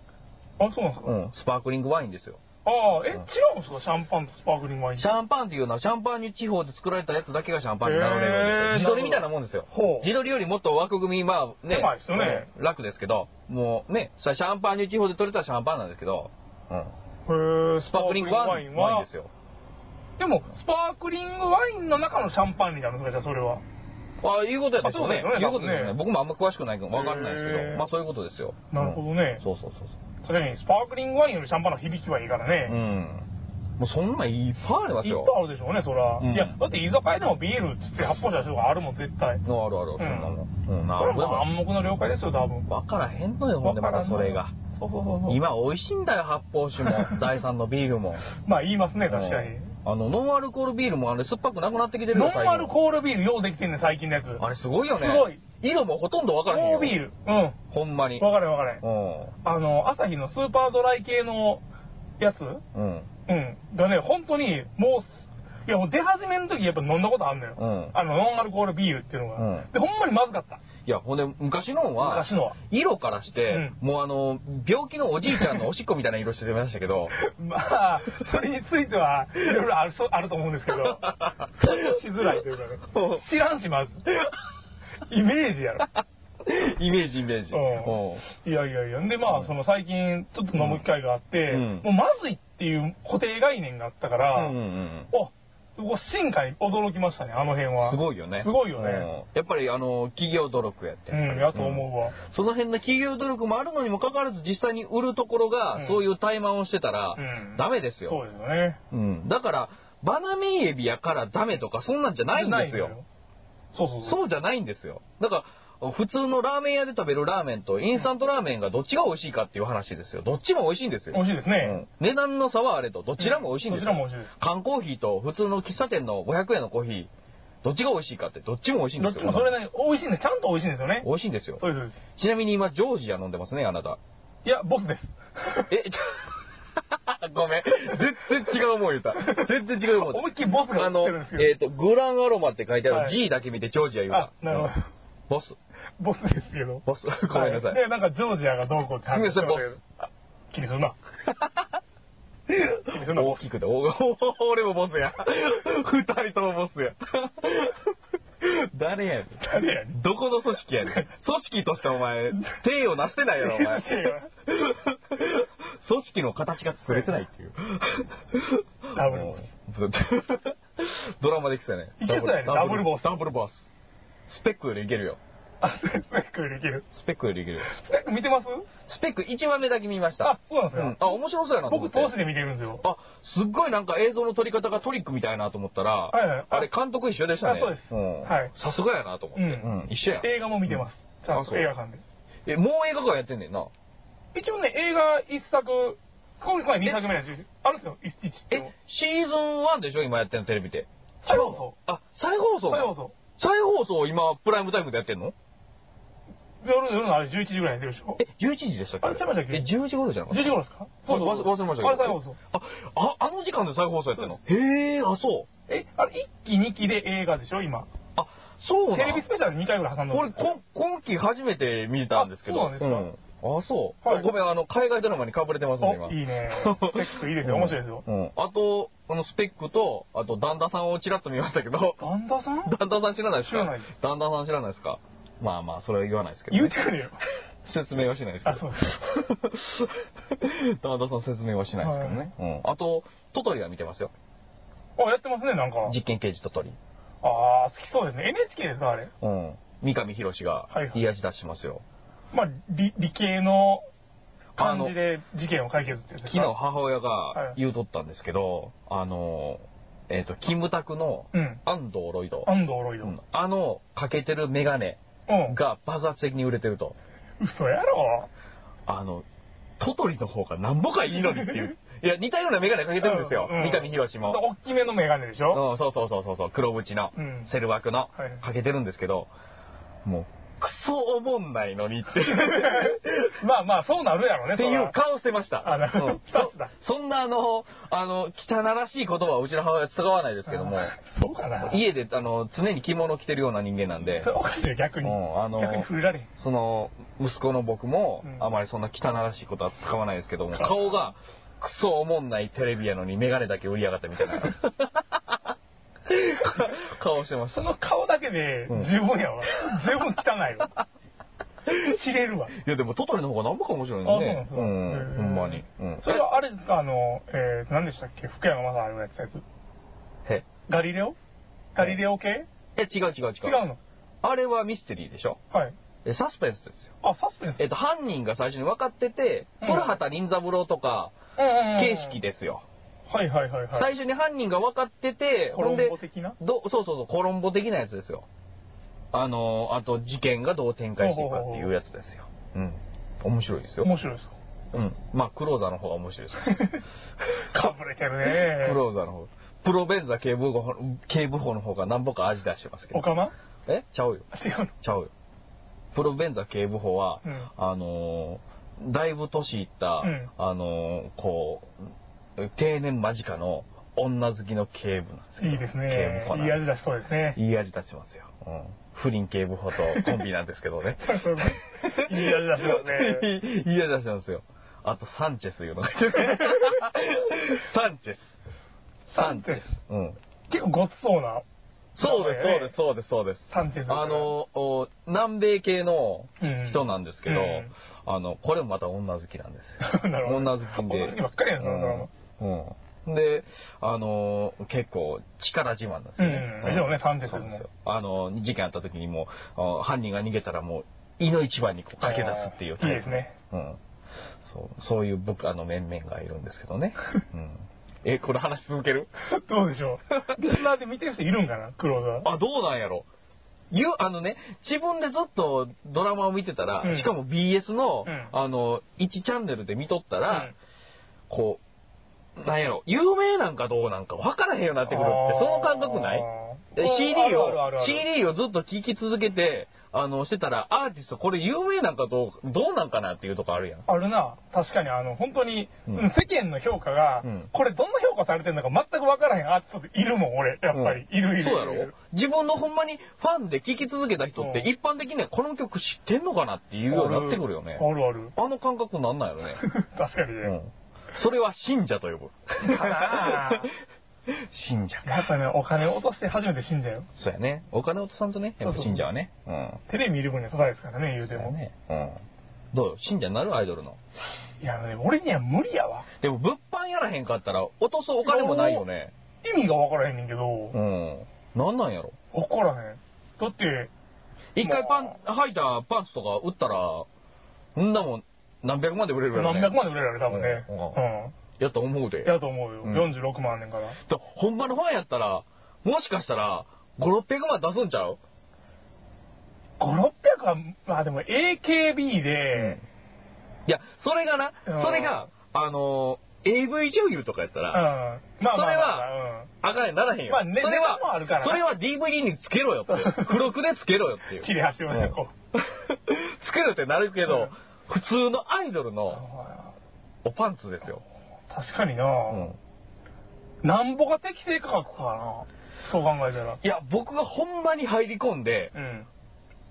B: あ、そうなんですか、
A: うん、スパークリングワインですよ。
B: ああ、え、
A: う
B: 違
A: ん
B: うんですかシャンパンとスパークリングワイン。
A: シャンパンっていうのは、シャンパーニュ地方で作られたやつだけがシャンパンになられるんですよ。自
B: へー
A: 撮りみたいなもんですよ
B: ほ。う
A: 自撮りよりもっと枠組み、まあね、
B: 狭いですよね
A: うん楽ですけど、もうね、それシャンパーニュ地方で取れたシャンパンなんですけど、うん
B: へえ、
A: スパークリングワインワインですよ。
B: でも、スパークリングワインの中のシャンパンになるんですかじゃあ、それは。
A: あいうことやったでしょうね。
B: あそうですよね
A: いうことですよね。
B: 多分ね
A: 僕もあんま詳しくないから分かんないですけ
B: へ
A: ど、
B: ー
A: まあそういうことですよ。
B: なるほどね
A: うんそうそうそうそう。
B: 確かに、スパークリングワインよりシャンパンの響きはいいから
A: う
B: ね。
A: ん。もうそんなんいっぱいあります
B: いっぱ
A: よ。
B: いあるでしょうね、そら。
A: うん
B: いや、だって居酒屋でもビールっつって発泡酒の人があるもん、絶対。
A: あるある、そんなもん。うん、な
B: それ
A: るほ
B: も
A: ど。
B: 暗黙の了解ですよ、多分。
A: 分からへんのよ、ほんでまたそれが。
B: そうそうそうそう。
A: 今美味しいんだよ、発泡酒 も、第三のビールも。
B: まあ言いますね、確か
A: う
B: に。
A: んあの、ノンアルコールビールもあれ酸っぱくなくなってきてるよ、
B: ノンアル
A: ー
B: コールビール用できてんねん最近のやつ。
A: あれすごいよね。
B: すごい。
A: 色もほとんど分からへん
B: ノ
A: よ。
B: ービール。うん。
A: ほんまに。
B: 分かれ分かれ
A: う。ん。
B: あの、朝日のスーパードライ系のやつ
A: うん。
B: うん。がね、本当に、もう、いや、もう出始めの時やっぱ飲んだことあんのよ。
A: うん
B: あの、ノンアルコールビールっていうのが。
A: うん
B: で、ほんまにまずかった。
A: いや、ほんで、昔のは、
B: 昔のは
A: 色からして、
B: う
A: もうあの、病気のおじいちゃんのおしっこみたいな色してましたけ ど、
B: まあ、それについては、いろいろあるそうあると思うんですけど、想像しづらいというかね。知らんし、まず。イメージやろ。
A: イメージイメージ。うん
B: いやいやいや、でまあ、その最近、ちょっと飲む機会があって、
A: うん
B: もうまずいっていう固定概念があったから、
A: うんうんうん
B: おこう進化に驚きましたね、あの辺は。
A: すごいよね。
B: すごいよね。
A: うん。やっぱりあの、企業努力やって。
B: うん、やと思うわ。
A: その辺の企業努力もあるのにもかかわらず実際に売るところが、
B: うん
A: そういう怠慢をしてたら、
B: うん
A: ダメですよ。
B: そうですよね。
A: うん。だから、バナメイエビやからダメとかそんなんじゃないんですよ。。
B: そうそうそう。
A: そうじゃないんですよ。だから、普通のラーメン屋で食べるラーメンとインスタントラーメンがどっちが美味しいかっていう話ですよ。どっちも美味しいんですよ。
B: 美味しいですね。
A: うん値段の差はあれと、どちらも美味しいんですよ。
B: うんどちらも美味しいです
A: 缶コーヒーと普通の喫茶店の500円のコーヒー、どっちが美味しいかってどっちも美味しいん
B: ど
A: です
B: っち
A: よ。
B: もそれなりに美味しいんで、ちゃんと美味しいんですよね。
A: 美味しいんですよ。
B: そうです、そうで
A: ちなみに今、ジョージア飲んでますね、あなた。
B: す。いや、ボ スです。
A: え、ちょ ごめん。全然違うもん言った。全然違うもん。
B: 思いっきりボスが
A: あ
B: 言って
A: の
B: るんです、けど
A: えっ、と、グランアロマって書いてあ
B: は
A: る
B: い
A: G だけ見てジョージア言う
B: あ
A: な。、
B: なるほど。
A: ボス。
B: ボスですけど。
A: ボス。 ごめんなさい。
B: はで、なんかジョージアがどうこうって
A: すみませんボス
B: あ気にするな。気にするな、ボ
A: 大
B: ス。
A: きくて、お 俺もボスや。二人ともボスや。誰誰やねん。
B: 誰やねん。
A: どこの組織やねん。組織としてお前、体をなしてないやろ、お前。
B: 手を
A: 組織の形が作れてないっていう。
B: ダブルボス
A: もう。ドラマできそうやね。
B: いけそうやねダブルボス
A: ダブルボス。スペックよりいけるよ。
B: あ、スペックできる。
A: スペックよりいけるよ。
B: スペック 見てます
A: スペック1話目だけ見ました。
B: あそうなんですか
A: あ、面白そうやなと思っ
B: 僕、
A: て。
B: 投資で見てるんですよ。
A: あ、すっごいなんか映像の撮り方がトリックみたいなと思ったら、
B: いはいあ
A: あれ監督一緒でしたね。
B: あそうです
A: ん
B: はい
A: さすがやなと思って。
B: うん
A: うん一緒や。
B: 映画も見てます。ちゃん
A: あ
B: と
A: そう
B: 映画館で。
A: え、もう映画館やってんねんな。
B: 一応ね、映画一作、これ、まあ2作目なんですよ。あるんですよ、一一って
A: え、シーズン1でしょ今やってんのテレビで。
B: 再放送。
A: あ、再放送
B: 再放送。
A: 再放送今、プライムタイムでやってんの
B: 夜夜のあれ11時ぐらいに出るでしょ
A: え、11時でしたっけ
B: あれちゃいましたっけ
A: え、10時頃じゃなかっ
B: ?10
A: た
B: 時頃ですか
A: わ忘れましたけど。
B: あれ再放送。
A: あ、あ、あの時間で再放送やってんのへえ、あ、そう。
B: え、あれ1期2期で映画でしょ今。
A: あ、そうなん
B: テレビスペシャル2回ぐらい挟んだ
A: これ、こ今期初めて見たんですけど。
B: あそうなんですか
A: うんあ、そう、
B: はい
A: ごめん、あの、海外ドラマにかぶれてますね、今。
B: おいい ねスペックいいですよ面白いですよ
A: うん。うんあと、このスペックと、あと、旦那さんをちらっと見ましたけど、
B: ガンダさん
A: 旦那さん知らないですか
B: 知らないです
A: 旦那さん知らないですかまあまあ、それは言わないですけど、
B: 言う
A: ね
B: て。くれよ。
A: 説明はしないですけど。
B: あ そうで
A: 旦那さん説明はしないですけどね。うん。あと、トトリは見てますよ。
B: あ、やってますね、なんか。
A: 実験刑事トトリ。
B: ああ、好きそうですね。NHK ですか、あれ。
A: うん。三上博史が
B: はいはい
A: いい味出しますよ。
B: まあ、理理系の
A: あ
B: 感
A: の
B: じで事件を解決ってやつです
A: 昨日
B: か
A: 母親
B: は
A: が
B: い
A: 言うとったんですけど、あの、えっ、と、キムタクの
B: うん。
A: 安藤ロイド、
B: 安藤ロイド。
A: う
B: うん
A: ん。あのかけてるメガネが爆発的に売れてると、
B: 嘘やろ
A: あの、トトリの方がなんぼかいいのにって いう。いや、似たようなメガネかけてるんですよ。
B: うんう
A: 三
B: ん
A: 上博史も。
B: 大きめのメガネでしょ
A: うん、そうそうそうそうそう、黒縁の、
B: うん
A: セル枠の
B: はい、
A: かけてるんですけど、もう、クソおもんないのに って、
B: まあまあ、そうなるやろね、
A: っていう
B: か。
A: 顔してました。
B: あなるほど
A: うんそ
B: そうだ
A: そんなあの、あの、汚らしい言葉はうちの母親は使わないですけども、
B: そうかな。
A: 家で、あの、常に着物着てるような人間なんで
B: それ、おかしいよ、逆に。
A: うんあの
B: 逆に触れられへん。
A: その、息子の僕も
B: う、ん
A: あまりそんな汚らしいことは使わないですけども、顔が、クソおもんないテレビやのにメガネだけ売りやがったみたい な、顔してました
B: そ。の顔だけで
A: うん
B: 十分 やわ。十分汚いわ。知れるわ。
A: いやでもトトリの方が何ぼか面白い
B: あ、
A: の
B: そう
A: ね
B: なん。です
A: う
B: か。
A: ん、ほんまに。う
B: うん
A: ん。
B: それはあれですか、あの、えー、何でしたっけ福山雅治がやってたやつ。
A: え、
B: ガリレオガリレオ系違
A: え違う違う違う。
B: うの
A: あれはミステリーでしょ
B: はい。
A: えサスペンスですよ。
B: あ、サスペンス
A: えっと、犯人が最初に分かってて、
B: うん
A: 古畑任三郎とか、形式
B: で。
A: ですよ。
B: はいはいはいはい。
A: 最初に犯人が分かってて、ほ
B: コロ
A: ん
B: ン
A: で
B: ボ、的な
A: どそうそうそう、コロンボ的なやつですよ。あのー、あと事件がどう展開していくかっていうやつですよ。うん。面白いですよ。
B: 面白いですか
A: うん。まあ、クローザーの方が面白いですよ。
B: かぶれてるね。
A: クローザーの方。プロベンザ警部補警部補の方が何ぼか味出してますけ
B: お
A: ど。
B: かま
A: えちゃうよ。
B: 違うの。
A: ちゃうよ。プロベンザ警部補は、
B: うん
A: あのーだいぶ年いった、
B: うん
A: あのーこう、定年間近の女好きの警部なんですけど
B: いいです
A: 警
B: ね
A: 部補。ない
B: い
A: ん
B: 味
A: で
B: 出しそうですね
A: す。。いい味出しますよ。うん。不倫警部補とコンビなんですけどね。
B: い い味出しそうですね。
A: いい味出しなんですよ。あと、サンチェスいうのがいて サンチェス。
B: サンチェス。
A: うん。
B: 結構ごつそうな。
A: そうです、そうです、そうです、そうです。
B: サンチェスだから
A: あの、お南米系の
B: うん
A: 人なんですけど、
B: うん。
A: あの、これもまた女好きなんですよ
B: なるほど
A: 女好きで。
B: 女好きばっかりやなそのドラマ
A: うん。うんで、あの結構力自慢なんですよね。
B: うんでもねサンチェス
A: そ
B: も
A: うなんですよ。あの事件あった時にもう、あ犯人が逃げたらもう、胃の一番にこう駆け出すっていうタイプ。
B: いいですね。
A: うん。そう、そういう僕、あの、面々がいるんですけどね。うん。え、これ話し続ける
B: どうでしょう。リスナーで見てる人いるんかなクローザー。
A: あ、どうなんやろ言う、あのね、自分でずっとドラマを見てたら、
B: うん
A: しかも BS の、
B: うん
A: あの、1チャンネルで見とったら、
B: うん
A: こう、なんやろ、有名なんかどうなんか分からへんようになってくるって、その感覚ない
B: あー
A: で ?CD
B: ある
A: を
B: あるあるある
A: CD をずっと聴き続けて、あの、してたら、アーティスト、これ有名なんかどう、どうなんかなっていうとこあるやん。
B: あるな。確かに、あの、本当に、
A: うん
B: うん世間の評価が、
A: うん
B: これどんな評価されてるのか全くわからへんアーティストっているもん、俺。やっぱり、
A: うん
B: いるいる。
A: そうやろ自分のほんまにファンで聴き続けた人って、
B: うん
A: 一般的にはこの曲知ってんのかなってい
B: いう
A: ようになってくるよね。
B: あるあ る。
A: あの感覚なんなんやろね。
B: 確かに
A: う
B: ね。
A: ん。それは信者と呼ぶ。
B: かな
A: 信者
B: やっぱね、お金落として初めて信者よ。
A: そうやね。お金落とさんとね、やっぱ信者はね。うん。
B: テレビ見る分にはただですからね、言うても。
A: ね。うん。どうよ信者になるアイドルの。
B: いや、ね、俺には無理やわ。
A: でも、物販やらへんかったら、落とすお金もないよね。
B: 意味がわからへんねんけど、
A: うん。なんなんやろ。
B: わからへん。だって、
A: 一回パン、履いたパンツとか売ったら、そんなもん何百万で売れるよね。
B: 何百万で売れるやろ、多分ね。
A: うん
B: うん。
A: やと思うで。
B: やと思うよ。
A: うん
B: 46万年から。
A: と、ほんまのファンやったら、もしかしたら、5、600万出すんちゃう
B: 5、600は、まあでも AKB で、
A: いや、それがな、
B: うん
A: それが、あのー、AV 女優とかやった
B: う
A: ら、
B: ん。まあまあまあ、
A: それ
B: は、
A: あかんやんならへんよ。
B: まあね
A: それ
B: 値段もあるから
A: は、
B: な
A: それは DVD につけろよ っていう。付録でつけろよ っていう。
B: 切れ端をね、こう。
A: うんつけるってなるけど、普通のアイドルの
B: あ
A: おパンツですよ。
B: ー確かにな、
A: うん
B: なんぼが適正価格かな。そう考えたら。
A: いや、僕がほんまに入り込んで、
B: うん。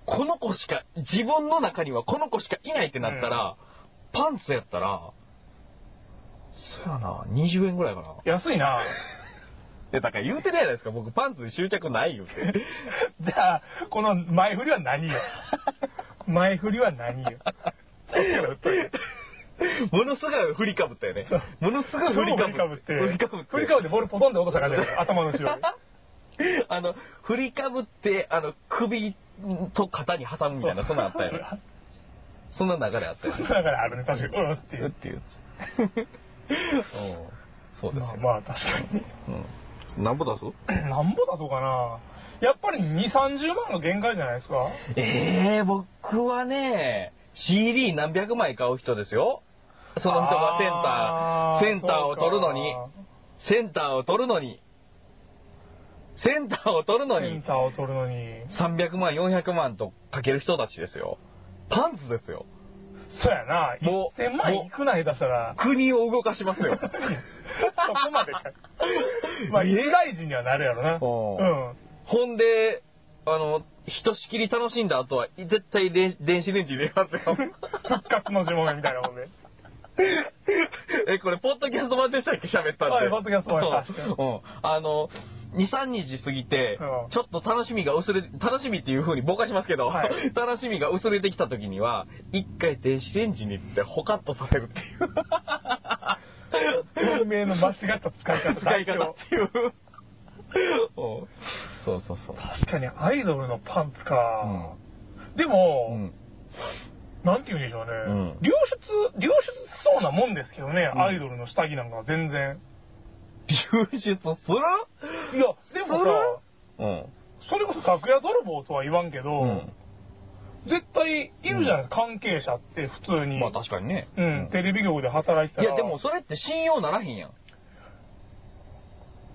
A: この子しか、自分の中にはこの子しかいないってなったら、パンツやったら、そやな、20円ぐらいかな。
B: 安いな。
A: で、だから言うてるやないですか、僕パンツに執着ないよって。
B: じゃあ、この前振りは何よ。前振り は何よ。
A: ものすごい振りかぶったよね。ものすごい振りかぶ
B: ぶって。振りかぶって。
A: 振り
B: ボールポトンで落とした感じ だよ頭の後ろに。
A: あの、振りかぶって、あの、首と肩に挟むみたいな、そんなんあったよね。 そんな流れあったよ
B: そ
A: ね
B: う。だからあるね、確かに。うんっていうう。
A: て いう。そうです
B: まあ
A: よ。
B: まあ、確かに。
A: うん。何ぼ出す
B: なんぼだそうかな。やっぱり2、30万が限界じゃないですか
A: ええ僕はね、CD 何百枚買う人ですよ。その人がセン
B: あ
A: ター、センターを取るのに、センターを取るのに、センターを取るの
B: そうかセン
A: に、
B: ターを取るのに。
A: 300万、400万とかける人たちですよ。パンツですよ。
B: そうやな。
A: もう
B: 1000万いくない出したら、
A: 国を動かします よ。
B: そこまでか。まあ、
A: え
B: 有罪人にはなるやろな。
A: おう
B: うん。
A: ほんで、あの、ひとしきり楽しんだ後は、絶対電電子レンジ入れますよ。
B: 復活の呪文みたいなもんで。
A: え、これ、ポッドキャスト版でしたっけ喋ったんで。
B: はいポッドキャスト版です
A: うんうん。あの、2、3日過ぎて
B: う、ん
A: ちょっと楽しみが薄れ、楽しみっていう風にぼかしますけど、
B: はい
A: 楽しみが薄れてきた時には、一回電子レンジに行って、ほかっとされるっていう。
B: 運命の間違った使い方。
A: 使い方っていう。 うんそうそうそう。
B: 確かにアイドルのパンツ
A: う
B: か
A: ん。
B: で
A: う
B: も、
A: ん。
B: なんて言うんでしょうね
A: うん。
B: 流出、流出しそうなもんですけどね、
A: ん
B: アイドルの下着なんかは全然。
A: 流出する
B: いや、でもさ、
A: うん。
B: それこそ楽屋泥棒とは言わんけ
A: う
B: ど
A: ん、。
B: 絶対いるじゃないですか、関係者って普通に
A: まあ。確かにね。
B: うん、テレビ局で働いてた
A: い
B: ら。
A: や、でもそれって信用ならへんやん。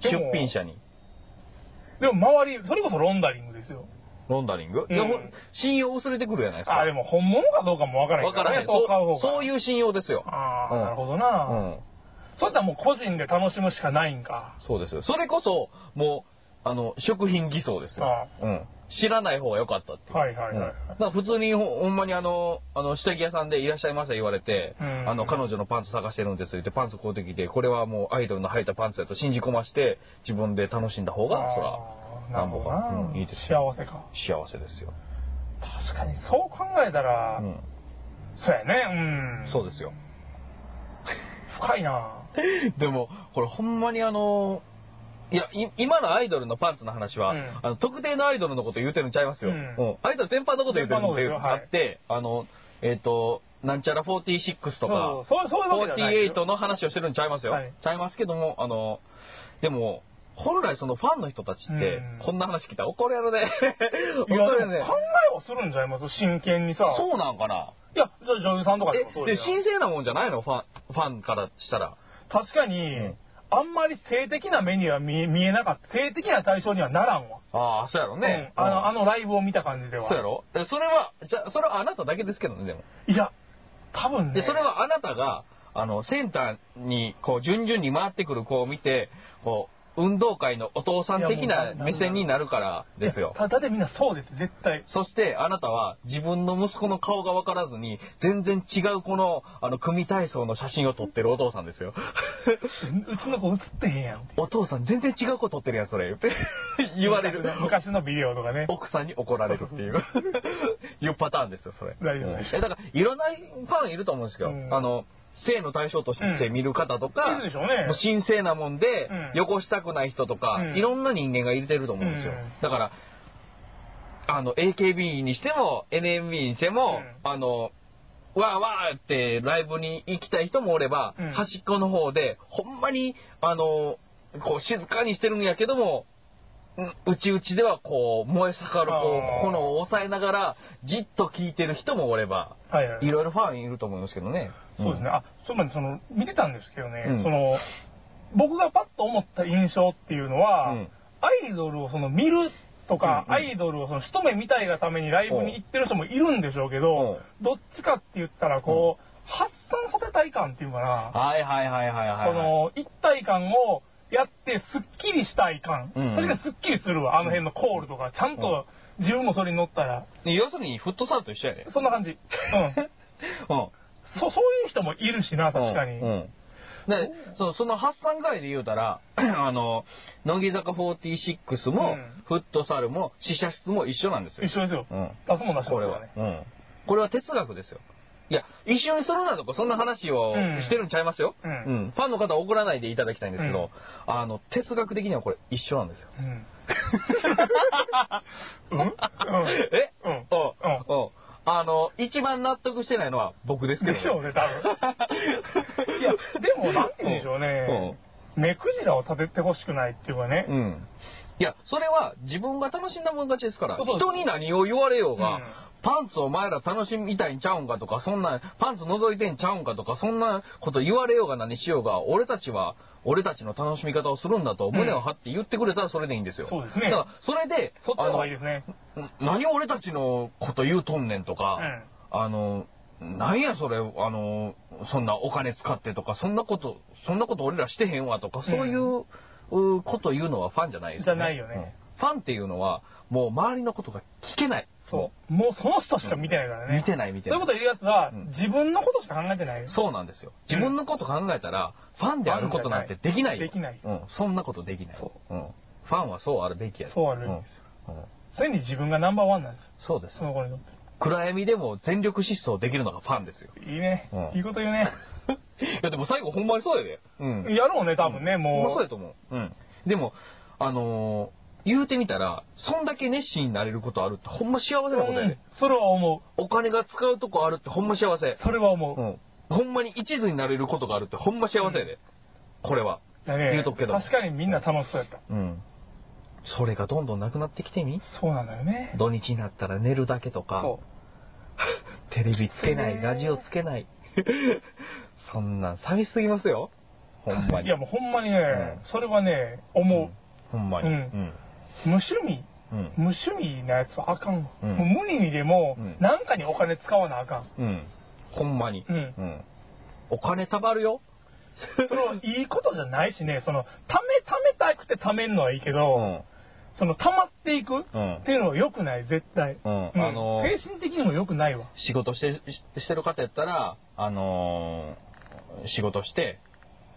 B: で
A: 出
B: も
A: 品者に。
B: でも周り、それこそロンダリングですよ。
A: ロンダリング、
B: うん
A: いやほん信用薄れてくるじゃないですか。
B: あ、でも本物かどうかもわからへん
A: わからへん。
B: そ
A: そう
B: 買う方
A: う
B: が。
A: そういう信用ですよ。
B: ああ、
A: うん
B: なるほど
A: う
B: な。
A: ん。
B: それとはもう個人で楽しむしかないんか。
A: そうですよ。それこそ、もう、あの、食品偽装ですよ
B: あ。
A: うん。知らない方が良かったっていう。
B: はいはいはいはい
A: うんだから普通にほほんまにあの、あの、下着屋さんでいらっしゃいませ言われて、
B: うん
A: あの、彼女のパンツ探してるんですって言ってパンツ買うてきて、これはもうアイドルの履いたパンツやと信じ込まして、自分で楽しんだ方が、そら、
B: あーなるほどな
A: なんぼかうんいいです
B: 幸せか。
A: 幸せですよ。
B: 確かに、そう考えたら、
A: うん。
B: そうやね、うん。
A: そうですよ。
B: 深いな
A: でも、これほんまにあの、いや、い今のアイドルのパンツの話は、
B: うん
A: あの特定のアイドルのこと言うてるんちゃいますよ。
B: うん
A: うんアイドル全般のこと言うてるんで
B: 全般のことですよはい
A: あって、あの、えっ、と、なんちゃら46とか、
B: そうそうそういうわけじゃないよ
A: 48の話をしてるんちゃいますよ。
B: はい
A: ちゃいますけども、あの、でも、本来そのファンの人たちって
B: うん、
A: こんな話聞いたら怒るやろね。 怒る
B: いや、
A: や
B: でも
A: ろ
B: 考え
A: ね。
B: はするんちゃいます真剣にさ。
A: そうなんかない
B: や、じゃあ女優さんとかでもそう
A: え、
B: で
A: で、
B: すよ
A: 神聖なもんじゃないのファン、ファンからしたら。
B: 確かに、
A: ん
B: あんまり性的な目には見え見えなかった。性的な対象にはならんわ。
A: ああ、そうやろね。
B: うんあ
A: うん
B: の、あのライブを見た感じでは。
A: そうやろえそれは、じゃ、それはあなただけですけどね、でも。
B: いや、多分ね。
A: で、それはあなたが、あの、センターに、こう、順々に回ってくる子を見て、こう、運動会のお父さん的な目線になるからですよ。
B: ただでみんなそう です、絶対。
A: そしてあなたは自分の息子の顔が分からずに全然違うこのあの組体操の写真を撮ってるお父さんですよ。
B: うちの子映ってへんやんって。
A: お父さん全然違う子撮ってるやんそれって 言われる。
B: 昔の昔のビデオとかね。
A: 奥さんに怒られるって いういうパターンですよそれ。
B: 大丈夫です
A: えだからいろんなファンいると思うんですけど、
B: うん
A: あの性の対象として見る方とか、
B: うんいるでしょうね
A: もう神聖なもんで、
B: うん
A: よこしたくない人とか、
B: うん
A: いろんな人間が入れてると思うんですよ、
B: うん
A: だからあの AKB にしても NMB にしても、
B: う
A: あのわーわーってライブに行きたい人もおれば、
B: うん
A: 端っこの方でほんまにあのこう静かにしてるんやけどもうちうちではこう燃え盛るこ
B: あ
A: う
B: ー
A: 炎を抑えながらじっと聞いてる人もおれば
B: はいはい
A: いろいろファンいると思いますけどね。
B: そうですね。あ、そうなんです。その、見てたんですけどね、
A: うん
B: その、僕がパッと思った印象っていうのは、
A: うん
B: アイドルをその見るとか、
A: うんうん
B: アイドルをその一目見たいがためにライブに行ってる人もいるんでしょうけど、どっちかって言ったら、こう、発散させたい感っていうか
A: うん。
B: な、
A: はいはいはいはいはい。
B: その、一体感をやって、すっきりしたい感。
A: うんうん
B: 確かにすっきりするわ、あの辺のコールとか、ちゃんと自分もそれに乗ったら、
A: 要するにフットサルと一緒やね。
B: そんな感じ。うん。
A: うん。
B: そ、そういう人もいるしな、確かに。
A: うん。うんでそのその発散会で言うたら、 あの、乃木坂46も、
B: うん
A: フットサルも、試写室も一緒なんですよ。
B: 一緒ですよ。
A: うん。
B: 出すもん出し
A: こ
B: ま
A: れ
B: す
A: は
B: よね。。
A: うん。これは哲学ですよ。いや、一緒にするなとか、そんな話を
B: うん
A: してるんちゃいますよ。
B: うん
A: ファンの方は怒らないでいただきたいんですけど、あの、哲学的にはこれ一緒なんですよ。
B: うん。うんうん
A: え
B: うん
A: おう
B: うん
A: おうあの、一番納得してないのは僕ですけど、
B: で しょうね、多分。いや、でも、なんて言うんでしょうね。目くじらを立ててほしくないっていうかね
A: う。ん。うん。いや、それは自分が楽しんだもん勝ちですから、
B: そうそう
A: 人に何を言われようが、
B: うん
A: パンツお前ら楽しみたいんちゃうんかとか、そんな、パンツ覗いてんちゃうんかとか、そんなこと言われようが何しようが、俺たちは、俺たちの楽しみ方をするんだと、胸を張って言ってくれたらそれでいいんですよ。
B: そうですね
A: だから、それで、
B: そっちの方がいいですね。
A: な何俺たちのこと言うとんねんとか、あの、なんやそれ、あの、そんなお金使ってとか、そんなこと、そんなこと俺らしてへんわとか、そういううこと言うのはファンじゃないです
B: じゃないよね
A: うんファンっていうのは、もう周りのことが聞けない。も
B: そう。もうその人しか見てないから
A: う
B: ね。
A: 見てない見て
B: そう
A: な
B: いう
A: い
B: こと。言うやつは
A: うん、
B: 自分のことしか考えてないよ。
A: そうなんですよ。自分のこと考えたら、ファンであることなんてできないよ。
B: できない
A: うん、そんなことできない。。
B: そう
A: ん。ファンはそうあるべきや
B: そうあるべき
A: うん
B: です
A: うん
B: それに自分がナンバーワンなんですよ。
A: そうです
B: そ。の子にとって。
A: 暗闇でも全力疾走できるのがファンですよ。
B: いいね
A: うん。
B: いいこと言うね。
A: いやでも最後ほんまにそうやで。うん。
B: やろうね、多分ね、
A: まあそう
B: も
A: やと思う。うん。でも、あのー言うてみたら、そんだけ熱心になれることあるってほんま幸せ
B: う。
A: なことや
B: うん
A: で。
B: それは思う。
A: お金が使うとこあるってほんま幸せ。
B: それは思
A: う
B: う。
A: ん。ほんまに一途になれることがあるってほんま幸せやで。これは。
B: だね
A: 言うとくけど
B: 確かにみんな楽しそうやった。
A: うん。それがどんどんなくなってきてみ
B: そうなんだよね。
A: 土日になったら寝るだけとか、
B: そ
A: テレビつけない、
B: ね
A: ラジオつけない。 そんなん寂しすぎますよ。ほんま
B: う。
A: に。
B: いやもうほんまにね、
A: ん
B: それはね、思
A: ほんまに。
B: うん
A: うん。
B: う。無趣味、
A: うん。
B: 無趣味なやつはあかんわ。
A: うん
B: もう無理にでも
A: うん、
B: なんかにお金使わなあかん。
A: うん。ほんまに。
B: うん
A: うん、お金貯まるよ。
B: それはいいことじゃないしね、その、ため、ためたくて貯めるのはいいけ
A: う
B: ど、
A: ん。
B: その、溜まってい
A: う
B: くっ
A: ん
B: て。いうのは良くない、絶対。
A: うんあのー
B: 精神的にも良くないわ。
A: 仕事して、ししてる方やったら、あのー仕事して、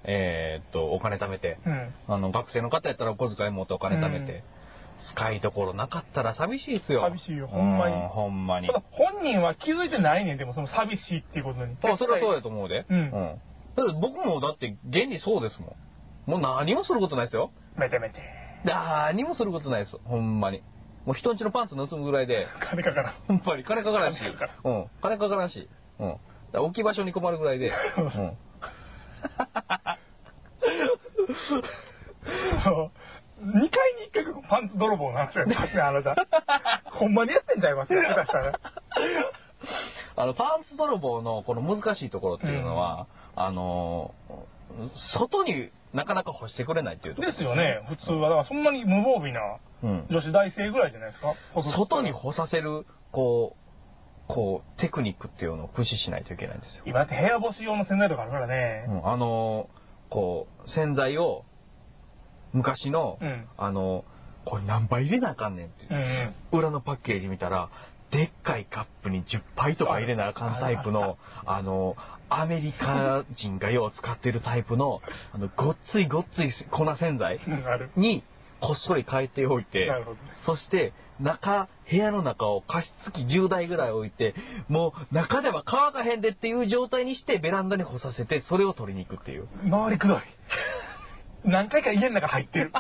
A: えーっと、お金貯めて、
B: うん。
A: あの、学生の方やったらお小遣い持ってお金貯めて、
B: うん
A: 使いどころなかったら寂しいですよ。
B: 寂しいよほんまに
A: うほんまに
B: た。だ本人は気づいてないねん、でもその寂しいっていうことに。
A: まあ、それはそうやと思うで。
B: うん
A: だって僕もだって、現にそうですもん。もう何もすることないですよ。
B: めてめて。
A: 何もすることないです。ほんまに。もう人んちのパンツ盗むぐらいで、
B: 金かからん。
A: やっぱり金かからんし
B: 金かから、
A: うん、金かからんし、うん、だから置き場所に困るぐらいで、うん、
B: そう2回に1回パンツ泥棒の話が出ますね、あ なた。ほんまにやってんじゃいますよ、下手したら。
A: あのパンツ泥棒のこの難しいところっていうのは、あのー外になかなか干してくれないっていうところ
B: ですよね、普通は。だからそんなに無防備な
A: うん、
B: 女子大生ぐらいじゃないですか。
A: 外に干させるこうこうテクニックっていうのを駆使しないといけないんですよ。
B: 今だって部屋干し用の洗剤とかあるからね。
A: うんあのーこう洗剤を昔の、
B: うん
A: あの、これ何杯入れなあかんねんっていう
B: うんうん。
A: 裏のパッケージ見たら、でっかいカップに10杯とか入れなあかんタイプの、あの、アメリカ人がよう使ってるタイプの、あの、ごっついごっつい粉洗剤
B: うんある。
A: に、こっそり変えておいて
B: な、るほどね。
A: そして、中、部屋の中を加湿器10台ぐらい置いて、もう中では乾かへんでっていう状態にして、ベランダに干させて、それを取りに行くっていう。
B: 回りくどい。何回か家の中入って る。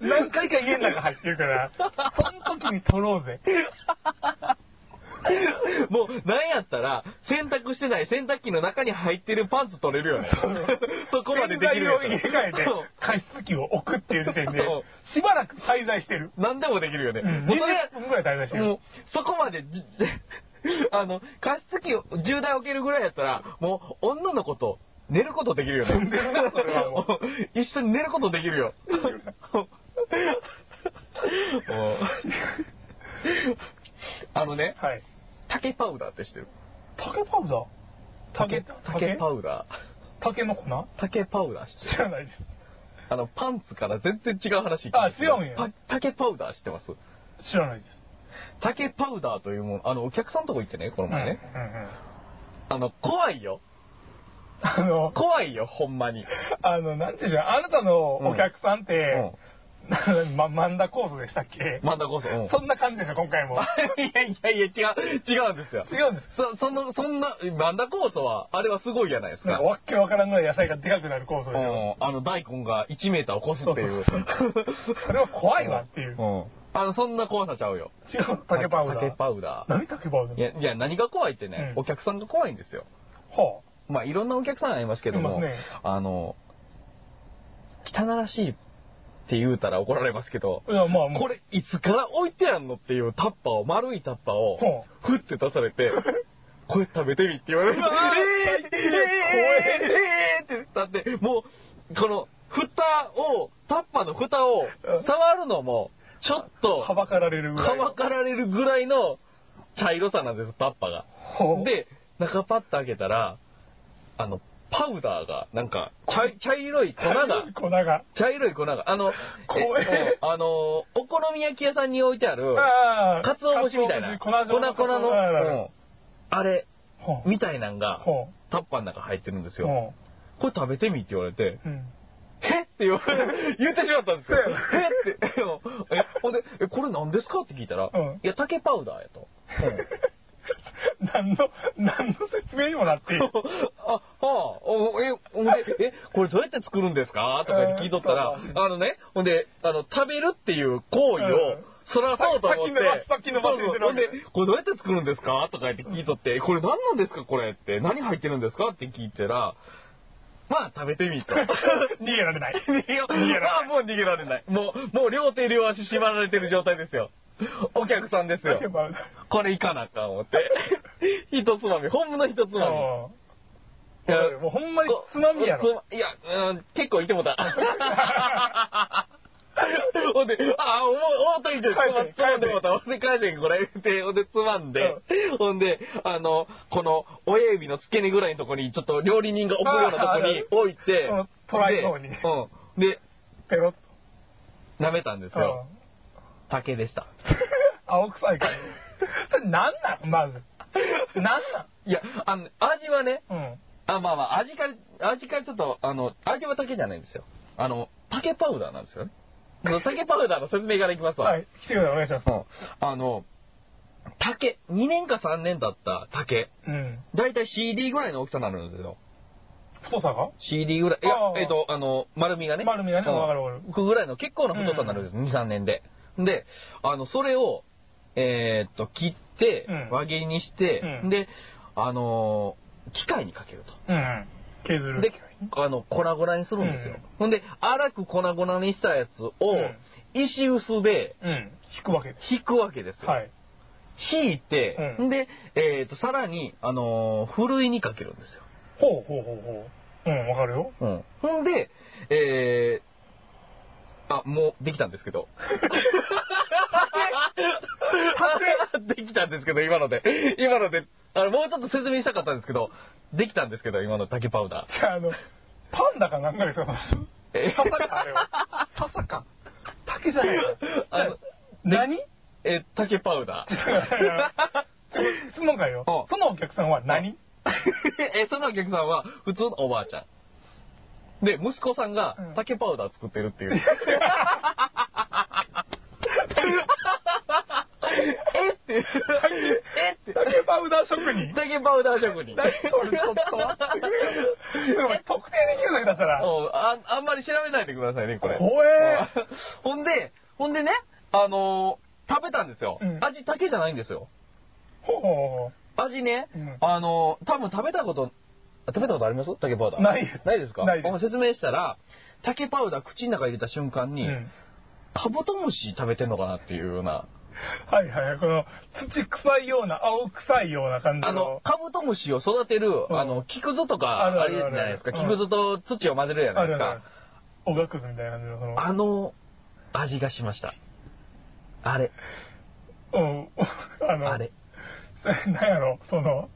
B: 何回か家の中入ってるから、その時に取ろうぜ。
A: もう、なんやったら、洗濯してない洗濯機の中に入ってるパンツ取れるよ ね。そこまでできる
B: 洗剤を入れ
A: や
B: 替
A: つ。
B: えて
A: そう、
B: 加湿器を置くっていう時点で
A: そう、
B: しばらく滞在してる。
A: 何でもできるよね。
B: うん
A: もうそれ
B: 20分ぐらい滞在してる
A: もう、そこまでじ、 じあの、加湿器を10台置けるぐらいやったら、もう、女の子と寝ることできるよね。
B: 寝るなそれはも
A: 一緒に寝ることできるよ。もうあのね、
B: はい。
A: 竹パウダーって知ってる
B: 竹パウダー竹、
A: 竹パウダ
B: 竹の粉
A: ー。竹パウダー知ってる
B: 知らないです。
A: あの、パンツから全然違う話聞いてます
B: あ違うんや
A: パ竹パウダー知ってます
B: 知らないです。
A: 竹パウダーというもの、あの、お客さんのとこ行ってね、この前ね。
B: うんうんうん
A: あの、怖いよ。
B: あの、
A: 怖いよ、ほんまに。
B: あの、なんていうじゃん、あなたのお客さんって、
A: う
B: ま、マンダコースでしたっけ
A: ん。まだこそ。 うん
B: そんな感じでしょ、今回も。
A: いやいやいや、違う、違うんですよ。
B: 違うんです。
A: そ、その、そんな、なんだ酵素は、あれはすごいじゃないです
B: なん
A: か
B: か、。わっけわからんぐらい野菜がでかくなるコースで
A: う
B: しょ。
A: ん。あの、大根が1メーターを超すって いう。
B: それは怖いわっていう
A: う。ん。あの、そんな怖さちゃうよ。
B: 違う、竹パウダー。
A: 竹パウダー。
B: 何竹パウダー
A: いや、いや、何が怖いってね、
B: うん
A: お客さんが怖いんですよ。
B: は
A: まあ、いろんなお客さんありますけど
B: いま
A: も、
B: すね
A: あの、汚らしいって言うたら怒られますけど、
B: あ。いや、まあ、
A: こ
B: れ。
A: れいつから置いてあんのっていうタッパーを、丸いタッパーを、ふって出され て、これ食べてみって言われて、
B: うわー
A: えーって、えー、えー、えー、ってだって、もう、この、蓋を、タッパーの蓋を触るのも、ちょっと、
B: はばかられるぐら
A: か
B: い。
A: ばかられるぐらいの茶色さなんです、タッパーが。
B: ほう、
A: で、中パッと開けたら、あの、パウダーが、なんか、茶い茶色い粉が、
B: 粉が。
A: 茶色い粉が、あの、
B: 怖え
A: えっとあの、お好み焼き屋さんに置いてある、
B: あ
A: かつお節みたいな、
B: 粉状
A: 粉粉の、うんあれ、
B: ほう。
A: みたいなんが、
B: ほ
A: タッパーの中入ってるんです
B: う。
A: よ。
B: ほ
A: これ食べてみって言われて、
B: う。うん。
A: へって言われ 言ってしまったんですよ。
B: そうや
A: へって。えほんで、え、これ何ですかって聞いたら、
B: うん
A: いや、竹パウダーやと。うん
B: 何の、何の説明にも なっている。
A: あ、はあ、おえ、ほんで、え、これどうやって作るんですかとか言って聞いとったら、
B: えー
A: あのね、ほんで、あの、食べるっていう行為を
B: うん、
A: そらそうと思って、
B: 先延ばし先延ばしにする
A: ほ
B: わ
A: ん
B: け
A: で、これどうやって作るんですかとか言って聞いとって、これ何なんですかこれって、何入ってるんですかって聞いたら、まあ食べてみと。
B: 逃げられない。
A: 逃げよう
B: 逃げられない
A: あもう逃げられない。もう、もう両手両足縛られてる状態ですよ。お客さんです よ
B: 竹。パウダー。
A: これいかなあかん思 って。一つまみ、ほんの一つまみ。
B: うん
A: いや
B: もうほんまにつまみやろ。
A: つまいや、うん、結構いても た。ほんで、あ、おもおった以上につま
B: 帰って
A: つまんでもうた。ほんで、返せん、これ。で、ほんで、つまんで、ほんで、あの、この、親指の付け根ぐらいのとこに、ちょっと料理人が置くようなとこに置いて
B: あある、トライの方に
A: でうん。で、
B: ペロッ
A: 舐めたんです
B: と。
A: よ。竹でした。
B: 青臭いから。それなんなんまず。 なん
A: いや、あの、味はね、
B: なんうん。
A: あ、まあまあ、味から、味からちょっと、あの、味は竹じゃないんですよ。あの、竹パウダーなんですよね。そ の竹パウダーの説明からいきますわ。
B: はい。来てください。お願いします。
A: うんあの、竹、2年か3年だった竹、
B: うん。
A: だいたい CD ぐらいの大きさになるんですよ。
B: 太さが
A: CD ぐらい、いや
B: あ、あ
A: えっ、と、あの、丸みがね。
B: 丸みがね
A: うん
B: わかるわか
A: ぐらいの結構な太さになるんです、2、3年で。で、あの、それを、えーっと、切って
B: うん、
A: 輪切りにして、
B: うん
A: で、あのー機械にかけると。
B: うん。削る。
A: で、あの、粉々にするんですよ。
B: うん
A: ほんで、粗く粉々にしたやつを
B: うん、
A: 石臼で
B: うん。引くわけで
A: 引くわけです
B: す。
A: よ。
B: はい。
A: 引いて、
B: うん
A: で、えっ、と、さらに、あのーふるいにかけるんですよ。
B: ほうほうほうほう。うん、わかるよ。
A: うん。ほんで、えーあ、もう、できたんですけ ど。できたんですけど、今ので。今ので。あの、もうちょっと説明したかったんですけど、できたんですけど、今の竹パウダー。
B: じゃあ、あの、パンダかなんかですよ、
A: え
B: 笹か、あれは。笹か。竹じゃない
A: あの
B: 何
A: え、竹パウダー。
B: 質問会よ
A: うん。
B: そのお客さんは何
A: え、そのお客さんは普通のおばあちゃん。で、息子さんが
B: うん
A: 竹パウダー作ってる っていう。えっていう。えっていう。
B: 竹パウダー職人。
A: 竹パウダー職人。
B: 何それちょっと待ってくれよ。でも特定できるだけだしたら。
A: うんああんまり調べないでくださいね、これ。
B: 怖え
A: うん ほんで、ほんでね、あのー食べたんですよ
B: う。ん
A: 味竹じゃないんですよ。
B: ほうほ
A: 味ね
B: うん、
A: あのー多分食べたこと、あ食べたことあります竹パウダー。
B: ないです
A: ないですか
B: ないです
A: あ説明したら、竹パウダー口の中入れた瞬間
B: う
A: に、
B: うん
A: カブトムシ食べてんのかなっていうような。
B: はいはい。この土臭いような、青臭いような感じの。
A: あの、カブトムシを育てる、
B: うん
A: あの、木くずとか、
B: ある
A: あ
B: あ
A: れ
B: る
A: じ
B: ある
A: ゃないですか。
B: うん
A: 木くずと土を混ぜるじゃないですか。
B: おがくずみたいな感じの、その、
A: あの、味がしました。あれ、
B: うん、あの、
A: あれ。
B: なんやろ、その、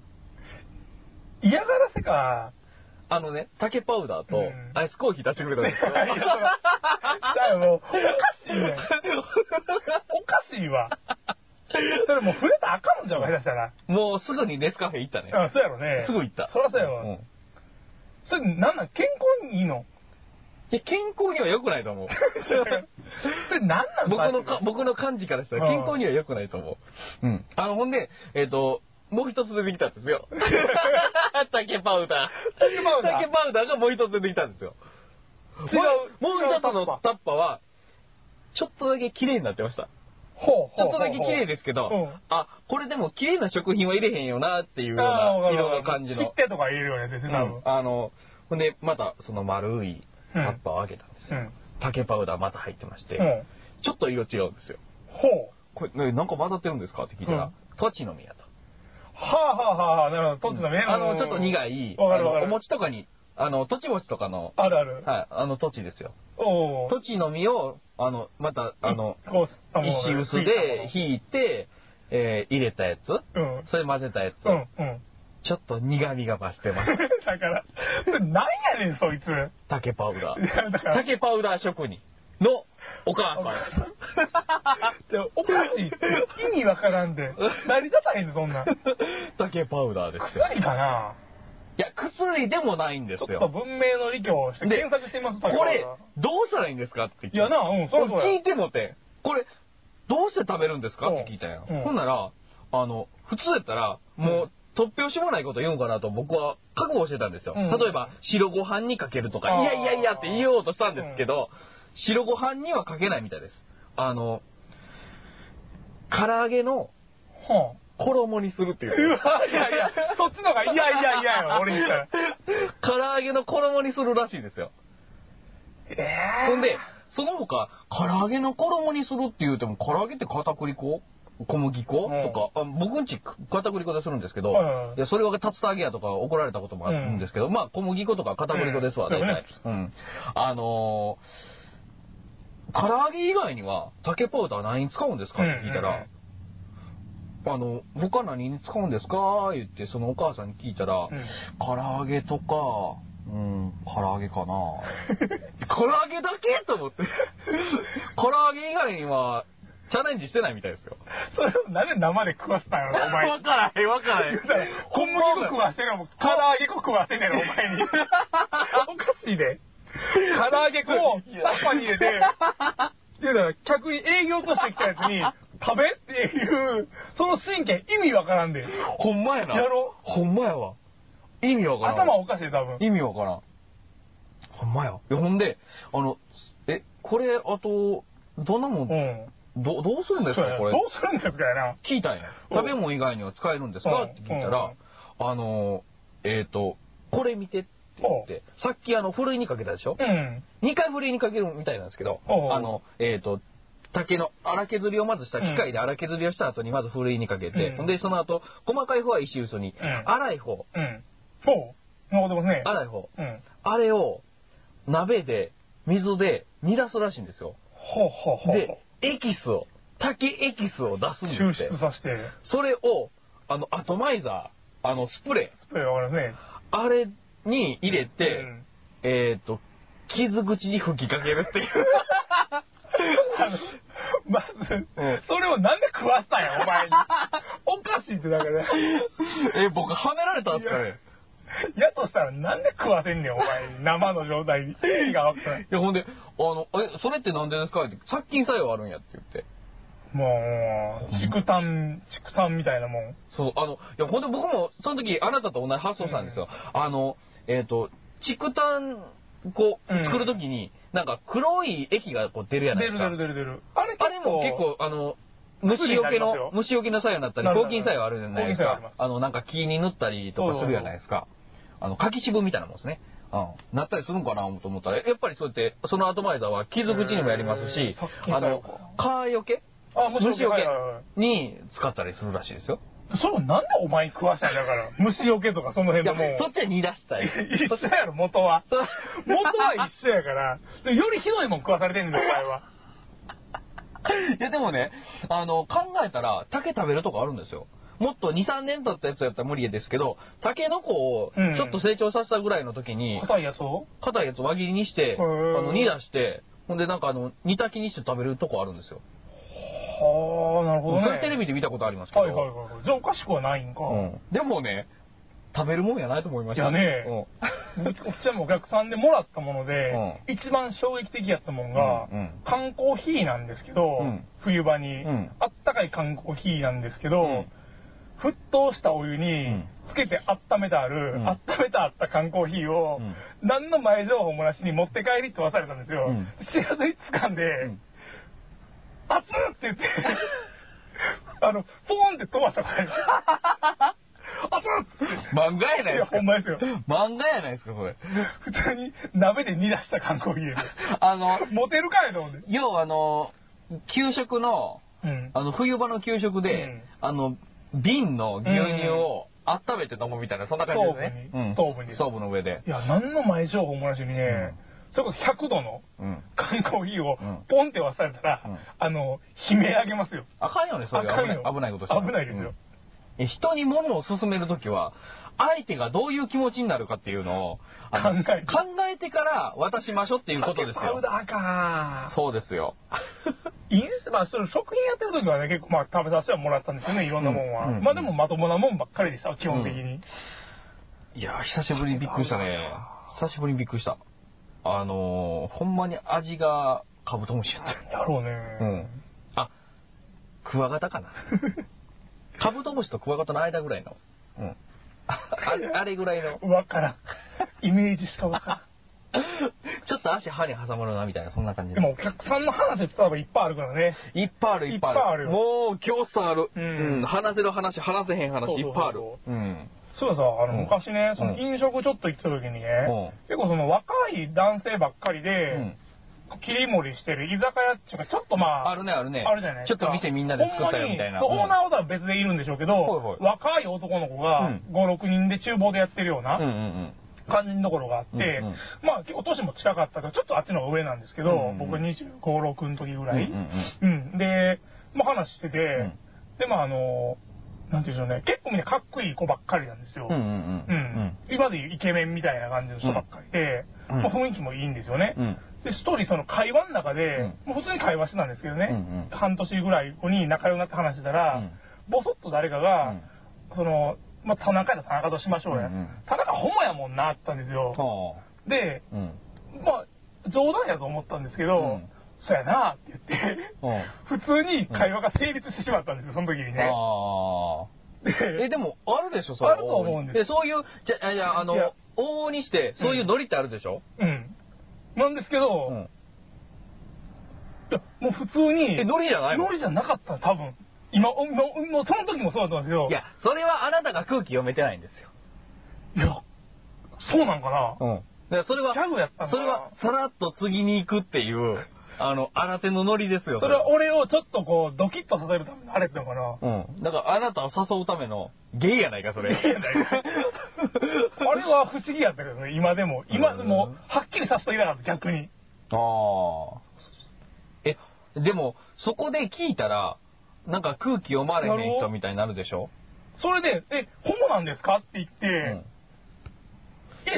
B: 嫌がらせか。
A: あのね、竹パウダー
B: う
A: と
B: ん
A: アイスコーヒー出してくれたんです
B: いやそのじゃあもう、おか しいねん。おかしいわ。それもう触れたらあかんのじゃん、下手したら。
A: よ。もうすぐにネスカフェ行ったね。
B: うん、そうやろね。
A: すぐ行った。
B: そらそうや
A: ん
B: わ。
A: い
B: それ、なんなん、健康にい いの
A: や、健康には良くないと 思う。
B: それ、なんなん
A: 僕のか
B: か、
A: 僕の感じからしたら健康には良くないと思う。うん。あの、ほんで、えっ、と、もう一つ出てきたんですよ。 竹パウダー。
B: 竹パウダー
A: 竹パウダーがもう一つ出てきたんですよ。
B: 違う
A: もうもう一つ
B: 違うタッ
A: の
B: パ
A: タッパは、ちょっとだけ綺麗になってました。
B: ほうほうほうほう。
A: ちょっとだけ綺麗ですけど、
B: うん
A: あ、これでも綺麗な食品は入れへんよなっていうよう
B: あー
A: な
B: わかる
A: 色
B: わ
A: の
B: かる
A: 感じ
B: 切
A: の
B: っ。てとか入れるようなやつですね、多
A: うん
B: 分。
A: あの、ほんで、またその丸いタッパーを開けたんですよ。
B: うん
A: 竹パウダーまた入ってまして、
B: うん
A: ちょっと色違うんですよ。
B: ほう。
A: これ、ねなんか混ざってるんですかって聞いたら、
B: うん
A: トチの実やと。
B: はあはあはあはあ、なるほど。トチのね。
A: あの、ちょっと苦い、
B: わか
A: あ
B: る
A: の
B: わかる。
A: お餅とかに、あの、トチ餅とかの、
B: あるある。
A: はい、あの、トチですよ。
B: おお。
A: トチの実を、あの、また、あの、
B: こう、あもう
A: 石臼で、引いて、えー入れたやつ、
B: うん。うん、
A: それ混ぜたやつ、
B: うん。
A: ちょっと苦味が増して ます。
B: だから、それなんやねん、そいつ。
A: 竹パウダ
B: いやだ
A: ー。
B: から
A: 竹パウダー職人のお母さん。
B: でおかしい。意味わからんで。成り立たへんで、そんなん。
A: 竹パウダーですよ。
B: 薬かない
A: や、薬でもないんで
B: ちょ
A: す
B: っと
A: よ。
B: 文明の利教をして
A: で
B: 検索してみます、
A: こ
B: 高
A: れ
B: 岡、
A: どうしたらいいんですかって聞い
B: いやな、うん、そ
A: 俺
B: ろそろ
A: 聞いてもて、これ、どうして食べるんですか
B: うん
A: って聞いたんよ
B: うん。
A: ほんなら、あの、普通やったら、
B: う
A: も
B: ん
A: う、突拍子もないこと言うんかなと僕は覚悟してたんですよ。
B: うん
A: 例えば、白ご飯にかけるとか、
B: あー
A: いやいやいやって言おうとしたんですけど、白ご飯にはかけないみたいです。あの、唐揚げの
B: ほう
A: 衣にするっていうう。
B: わ、いやいや、そっちのが、いやいやいやよ、俺にしたら。
A: 唐揚げの衣にするらしいですよ。
B: え
A: ほんで、その他、唐揚げの衣にするって言うても、唐揚げって片栗粉小麦粉、
B: うん
A: とか、あ僕んち片栗粉でするんですけど、
B: はいはいはい
A: でそれが竜田揚げやとか怒られたこともあるんですけど、まあ小麦粉とか片栗粉ですわ、
B: うん
A: 大体。うん。あのー唐揚げ以外には竹パウダー何に使うんですかって聞いたら、
B: うんうんうん
A: あの、他何に使うんですか言って、そのお母さんに聞いたら、
B: うん
A: 唐揚げとか、うん、唐揚げかな 唐揚げだけと思って。 唐揚げ以外には、チャレンジしてないみたいですよ。
B: それをなんで生で食わせたんやろ、お前に
A: わ。からへん、わからへん
B: だから。小麦粉食わせてるのも、唐揚げ粉食わせてんねん、お前 に。おかしいで。唐揚げ粉をタッパに入れて、言うたら客に営業としてきたやつに、食べっていう、その神経意味わからんで。
A: ほんまやな。
B: やろ
A: ほんまやわ。意味わからん。
B: 頭おかしいで、多分。
A: 意味わからん。ほんまや。いやほんで、あの、え、これ、あと、どんなもん、
B: うん。
A: どどうするんです
B: そう
A: か
B: やな
A: こ
B: どう
A: れ。
B: するんですかやな。
A: 聞いたんや。
B: うん
A: 食べ物以外には使えるんですか
B: うん
A: って聞いたら、あの、えっ、と、これ見てって言って、さっきあの、ふるいにかけたでしょ
B: うん。
A: 2回ふるいにかけるみたいなんですけど、
B: おう
A: あの、えっ、と、竹の荒削りをまずした、機械で荒削りをした後にまずふるいにかけて、
B: うん
A: ほんでその後、細かい方は石臼に、
B: うん
A: 粗い方、
B: うん。そう。なるほどね。
A: 粗い方、
B: うん。
A: あれを鍋で、水で煮出すらしいんですよ。
B: ほうほうほう
A: で、エキスを、竹エキスを出すん
B: 抽
A: ですって
B: 出。させて、
A: それを、あの、アトマイザー、あの、スプレ
B: スプレーわかりますね。
A: ー、あれに入れて、
B: うん
A: えっ、と、傷口に吹きかけるっていう。
B: あの まず、
A: うん
B: それをなんで食わしたんや、お 前に。おかしいってだから、
A: え、僕、はめられたんですかね。
B: やとしたらなんで食わせんねん、お前に。生の状態に。意味がわからない。
A: いや、ほんで、あの、え、それってなんでですかって、殺菌作用あるんやって言って。
B: もう、竹炭、竹炭みたいなもん。
A: そう、あの、いや、ほんで僕も、その時、あなたと同じ発想したんですよ。あの、えっ、と、竹炭、こ
B: うん
A: う、作る時に、なんか黒い液がこう出るやないで
B: 出
A: す
B: る
A: か。
B: 出る出る出る。あれ
A: あれも結構、あの、虫除け
B: 薬になりますよ
A: の、虫除けの作用になったり、
B: なるな
A: 抗
B: る
A: 菌作用あるじゃないです
B: 抗菌作用ありま
A: か
B: す。
A: あの、なんか木に塗ったりとかするじゃないですか。あの、柿渋みたいなもんですね。うん。なったりするんかなと思ったら、やっぱりそうやって、そのアドバイザーは傷口にもやります
B: へ
A: し
B: ー殺、菌
A: あ
B: 作用
A: の
B: か、
A: 蚊よけ
B: あ虫除け
A: 虫
B: はいはいは
A: に使ったりするらしいですよ。
B: それをなんでお前に食わしたんやだから。虫除けとかその辺
A: いや、
B: のも
A: そっ
B: う。
A: ちは煮出した い。
B: 一緒やろ、元は。
A: そ
B: 元は一緒やから。でよりひどいもん食わされてんねん、お前は。
A: いやでもね、あの、考えたら、竹食べるとこあるんですよ。もっと2、3年経ったやつやったら無理ですけど、竹の子を
B: うん
A: ちょっと成長させたぐらいの時に、
B: 硬いやつを
A: 硬いやつ輪切りにして、
B: へ
A: あ
B: ー
A: の、煮出して、ほんでなんかあの、煮炊きにして食べるとこあるんですよ。
B: はあ、なるほど、ね。
A: それテレビで見たことありますけど。
B: はいはいはいはい。じゃあおかしくはないんか。
A: うんでもね、食べるもんやないと思いました。
B: いやね
A: うん
B: うちはもうお客さんでもらったもので、
A: う
B: 一番衝撃的やったもんが、
A: うんうん
B: 缶コーヒーなんですけど、
A: うん
B: 冬場に、
A: うん
B: あったかい缶コーヒーなんですけど、
A: うん
B: 沸騰したお湯
A: う
B: に
A: ん
B: つけて温めてある、
A: うん
B: 温めてあった缶コーヒーを、
A: う
B: 何の前情報もなしに持って帰りって言わされたんですよ。
A: うん
B: 知らずに掴んで、
A: うん
B: 熱っって言って、あの、ポーンって飛ばしたから、 熱っって言って
A: 漫画やない
B: い
A: で
B: や、
A: すか
B: ほん。まですよ。
A: 漫画やないですか、それ。
B: 普通に鍋で煮出した缶コーヒーで。
A: あの、
B: モテるかいと思って。
A: 要はあの、給食の、
B: うん。
A: あの、冬場の給食で、
B: うん
A: あの、瓶の牛乳を温めて飲むみたいな、そんな感じですね。
B: ストーブ
A: う
B: に
A: ん
B: ストーブに
A: ストーブの上で。
B: いや、何の前情報もなしにね、それこそ100度の
A: うん。
B: 缶コーヒーを
A: うん
B: ポンって忘れたら、
A: うん
B: あの、悲鳴あげますよ。
A: あかんよね、そういう
B: あかん
A: 危
B: よ
A: ない危ないことしたら
B: 危ないですよ。
A: うんえ人に物を勧めるときは、相手がどういう気持ちになるかっていうのを、あの
B: 考えて
A: 考えてから渡しましょうっていうことです
B: パ
A: よ
B: ウ。ダーか
A: そうです よ。
B: いいんですまあ、その食品やってる時はね、結構まあ食べさせてはもらったんですよね、いろんなもんは。
A: うんうん
B: まあでもまともなもんばっかりでした、基本的に。
A: いやー、久しぶりにびっくりしたね。久しぶりにびっくりした。あのー、ほんまに味がカブトムシやった。
B: やろうね。
A: うん。あ、クワガタか な。カブトムシとクワガタの間ぐらいの。うん。ああれあれぐらいの。
B: わからん。イメージしかわからん。
A: ちょっと足歯に挟まるなみたいな、そんな感じ
B: でもお客さんの話って多分いっぱいあるからね。
A: いっぱいある、いっぱいある。
B: いっぱいあるよ
A: もう、今日さある。
B: うん
A: 話せる話、話せへん話、
B: そうそうそ
A: い
B: う
A: っぱいある。
B: そう
A: うん。
B: そうさ、あの、
A: うん
B: 昔ね、その
A: うん
B: 飲食ちょっと行った時にね、
A: うん
B: 結構その若い男性ばっかりで、
A: うん
B: 切り盛りしてる居酒屋っていうか、ちょっとまあ、
A: あるね、あるね。
B: あるじゃない
A: ちょっと店みんなで作ったよ、みたいな。
B: ほんまにそうオーナ
A: を。
B: ーは別でいるんでしょうけど、
A: ほいほい
B: 若い男の子が
A: うん
B: 5、6人で厨房でやってるよう
A: うんう
B: なん
A: うん。
B: 感じのところがあって、
A: うんうん
B: まあ結構年も近かったから、ちょっとあっちの方が上なんですけど、
A: うんうん
B: 僕25、6の時ぐらい。
A: うんうん
B: うん。で、まあ話してて、
A: ん
B: で、まああの、なんていうんでしょうね、結構みんなかっこいい子ばっかりなんですよ。
A: うん。うんうん
B: う
A: うんん。
B: 今でいうイケメンみたいな感じの人ばっかりで、
A: うん
B: まあ、雰囲気もいいんですよね。
A: うん
B: で、一人その会話の中で、もう普通に会話してたんですけどね、
A: うんうん
B: 半年ぐらい後に仲良くなって話してたら、
A: うん
B: ボソッと誰かが、
A: うん
B: その、まあ、田中やったら田中としましょうや。
A: うんうん
B: 田中ホモやもんなって言ったんですよ。
A: は
B: で、
A: あ。うん。
B: まあ、冗談やと思ったんですけど、
A: うん
B: そうやなって言って、
A: は
B: 普通に会話が成立してしまったんですよ、その時にね。
A: ああ。
B: で
A: え、でも、あるでしょ、そ
B: あると思うんです
A: で、そういう、じゃ、じゃあ、あの
B: いや、
A: 往々にして、そういうノリってあるでしょ
B: うん。なんですけど、
A: うん。
B: いや、もう普通に。
A: え、ノリじゃないの
B: ノリじゃなかった、多分。今、うんもうもうその時もそうだったんですよ。
A: いや、それはあなたが空気読めてないんですよ。
B: いや、そうなんかな。
A: うん。だからそれは、
B: ギャグやったんだな
A: それは、さらっと次に行くって いう、あの、新手のノリですよ。
B: それは俺をちょっとこう、ドキッとさせるためのあれってのかな。
A: うん。だから、あなたを誘うための、ゲイやないか、 それ。
B: ゲイやない かあれは不思議やったけどね、今でも。今でも、はっきりさせといなかった、逆に。
A: ああ。え、でも、そこで聞いたら、なんか空気読まれへん人みたいになるでしょ
B: それで、え、ホモなんですかって言って、
A: うん。
B: え、違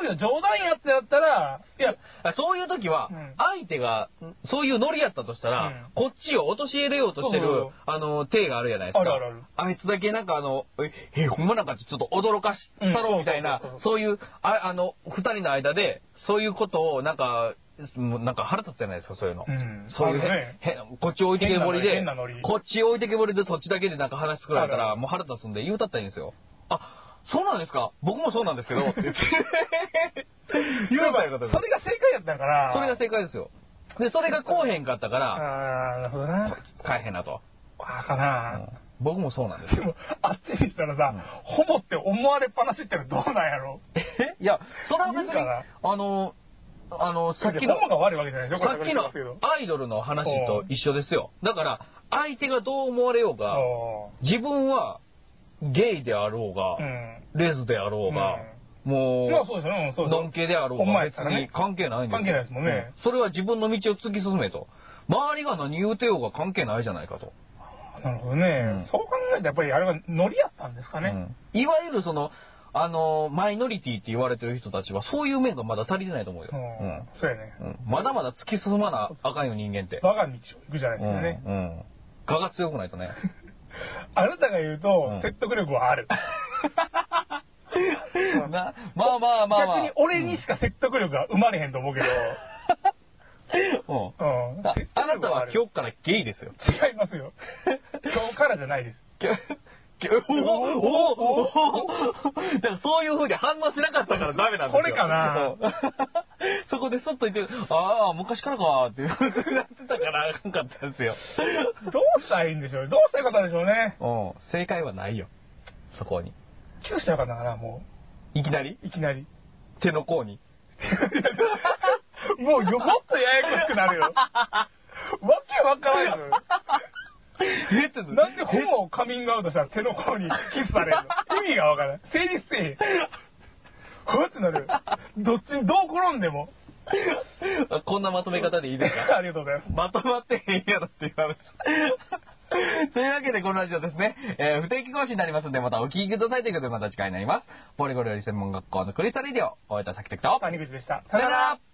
B: うよ、冗談やってやったら、いや、
A: そういう時は
B: うん、
A: 相手が、そういうノリやったとしたら、こっちを陥れようとして
B: そうそうそ
A: る
B: う、
A: あの、手があるじゃないですか。
B: あるあるある
A: いつだけなんかあの、え、えほんまなんかちょっと驚かしたろうみたいな
B: うん、
A: そういう、ああの、二人の間で、そういうことを、なんか、もうなんか腹立つじゃないですか、そういうの。
B: うん
A: そういうへ
B: あるね
A: へこっち置いてけぼりで
B: 変なノリ変なノリ、
A: こっち置いてけぼりでそっちだけでなんか話作られた
B: あるあ
A: ら、
B: る
A: もう腹立つんで言うたったらいいんですよ。あ、そうなんですか僕もそうなんですけど、って 言って言うたらよかったです
B: それが正解やったから。
A: それが正解ですよ。で、それがこうへんかったから、
B: ああ、なるほど
A: こい
B: な。
A: つ使えへんなと。
B: あかな。
A: 僕もそうなんです
B: で
A: よ。
B: も、あっちにしたらさ、ホモって思われっぱなしってのはどうなんやろ
A: えいや、それは別
B: いい
A: に、
B: から
A: あの、あの、さっきの
B: ホ、モが悪いわけじゃないでしょ
A: さっきのアイドルの話と一緒ですよ。だから、相手がどう思われようが、
B: そ
A: 自分はゲイであろうが、
B: うん。
A: レズであろうが、
B: まあ
A: も、
B: そうですよね。そうう
A: ドン系であろう
B: ほん
A: が、
B: まやっ
A: 別
B: たらね
A: に関係ないんですよ
B: 関係ないですもんね
A: うんそれは自分の道を突き進めと。周りが何言うてようが関係ないじゃないかと。
B: なるほどね。
A: ん
B: そう考えたらやっぱりあれはノリやったんですかね。
A: うんいわゆるその、あの、マイノリティって言われてる人たちは、そういう面がまだ足りてないと思うよ。
B: う
A: うんん。
B: そうやね。
A: うんまだまだ突き進まなあかんよ、人間って。
B: 我が道を行くじゃないで
A: う
B: す
A: ん。
B: かね。
A: うん。我が強くないとね。
B: あなたが言う
A: う
B: と
A: ん、
B: 説得力は ある。
A: なまあまあまあまあ。
B: 逆に俺にしか説得力が生まれへんと思うけど、
A: うん。
B: うん
A: あ
B: 説
A: あ
B: 得
A: な
B: 力
A: たは
B: る
A: 今日からゲイ ですよ。
B: 違いますよ。今日からじゃないです。
A: 今日おおおおだからそういうふうに反応しなかったからダメなんですよ。
B: これかな
A: うんそこでそっと言って、ああ、昔からかってなってたからあかんかったんですよ。
B: どうしたらいいんでしょうどうしたらよかったんでしょうね。
A: うん、正解はないよ。そこに。
B: キューしたらよかったかな、も
A: いきなり
B: う。い きなり。
A: 手の甲に。
B: もうよ、もっとややこしくなるよ。わけわからんよ。
A: えって
B: なんでホモをカミングアウトしたら手の甲にキスされる の意味がわからん。成立せえへん。こうってなる。どっちにどう転んでも。
A: こんなまとめ方でいいですか
B: ありがとうございます。
A: まとまってへんやろっていう話。 というわけで、このラジオですね、えー不定期更新になりますので、またお聞きくださいということで、また次回になります。ポリゴリより専門学校のクリスタルレディオ、終えた先とと。
B: 谷口でした。
A: さよなら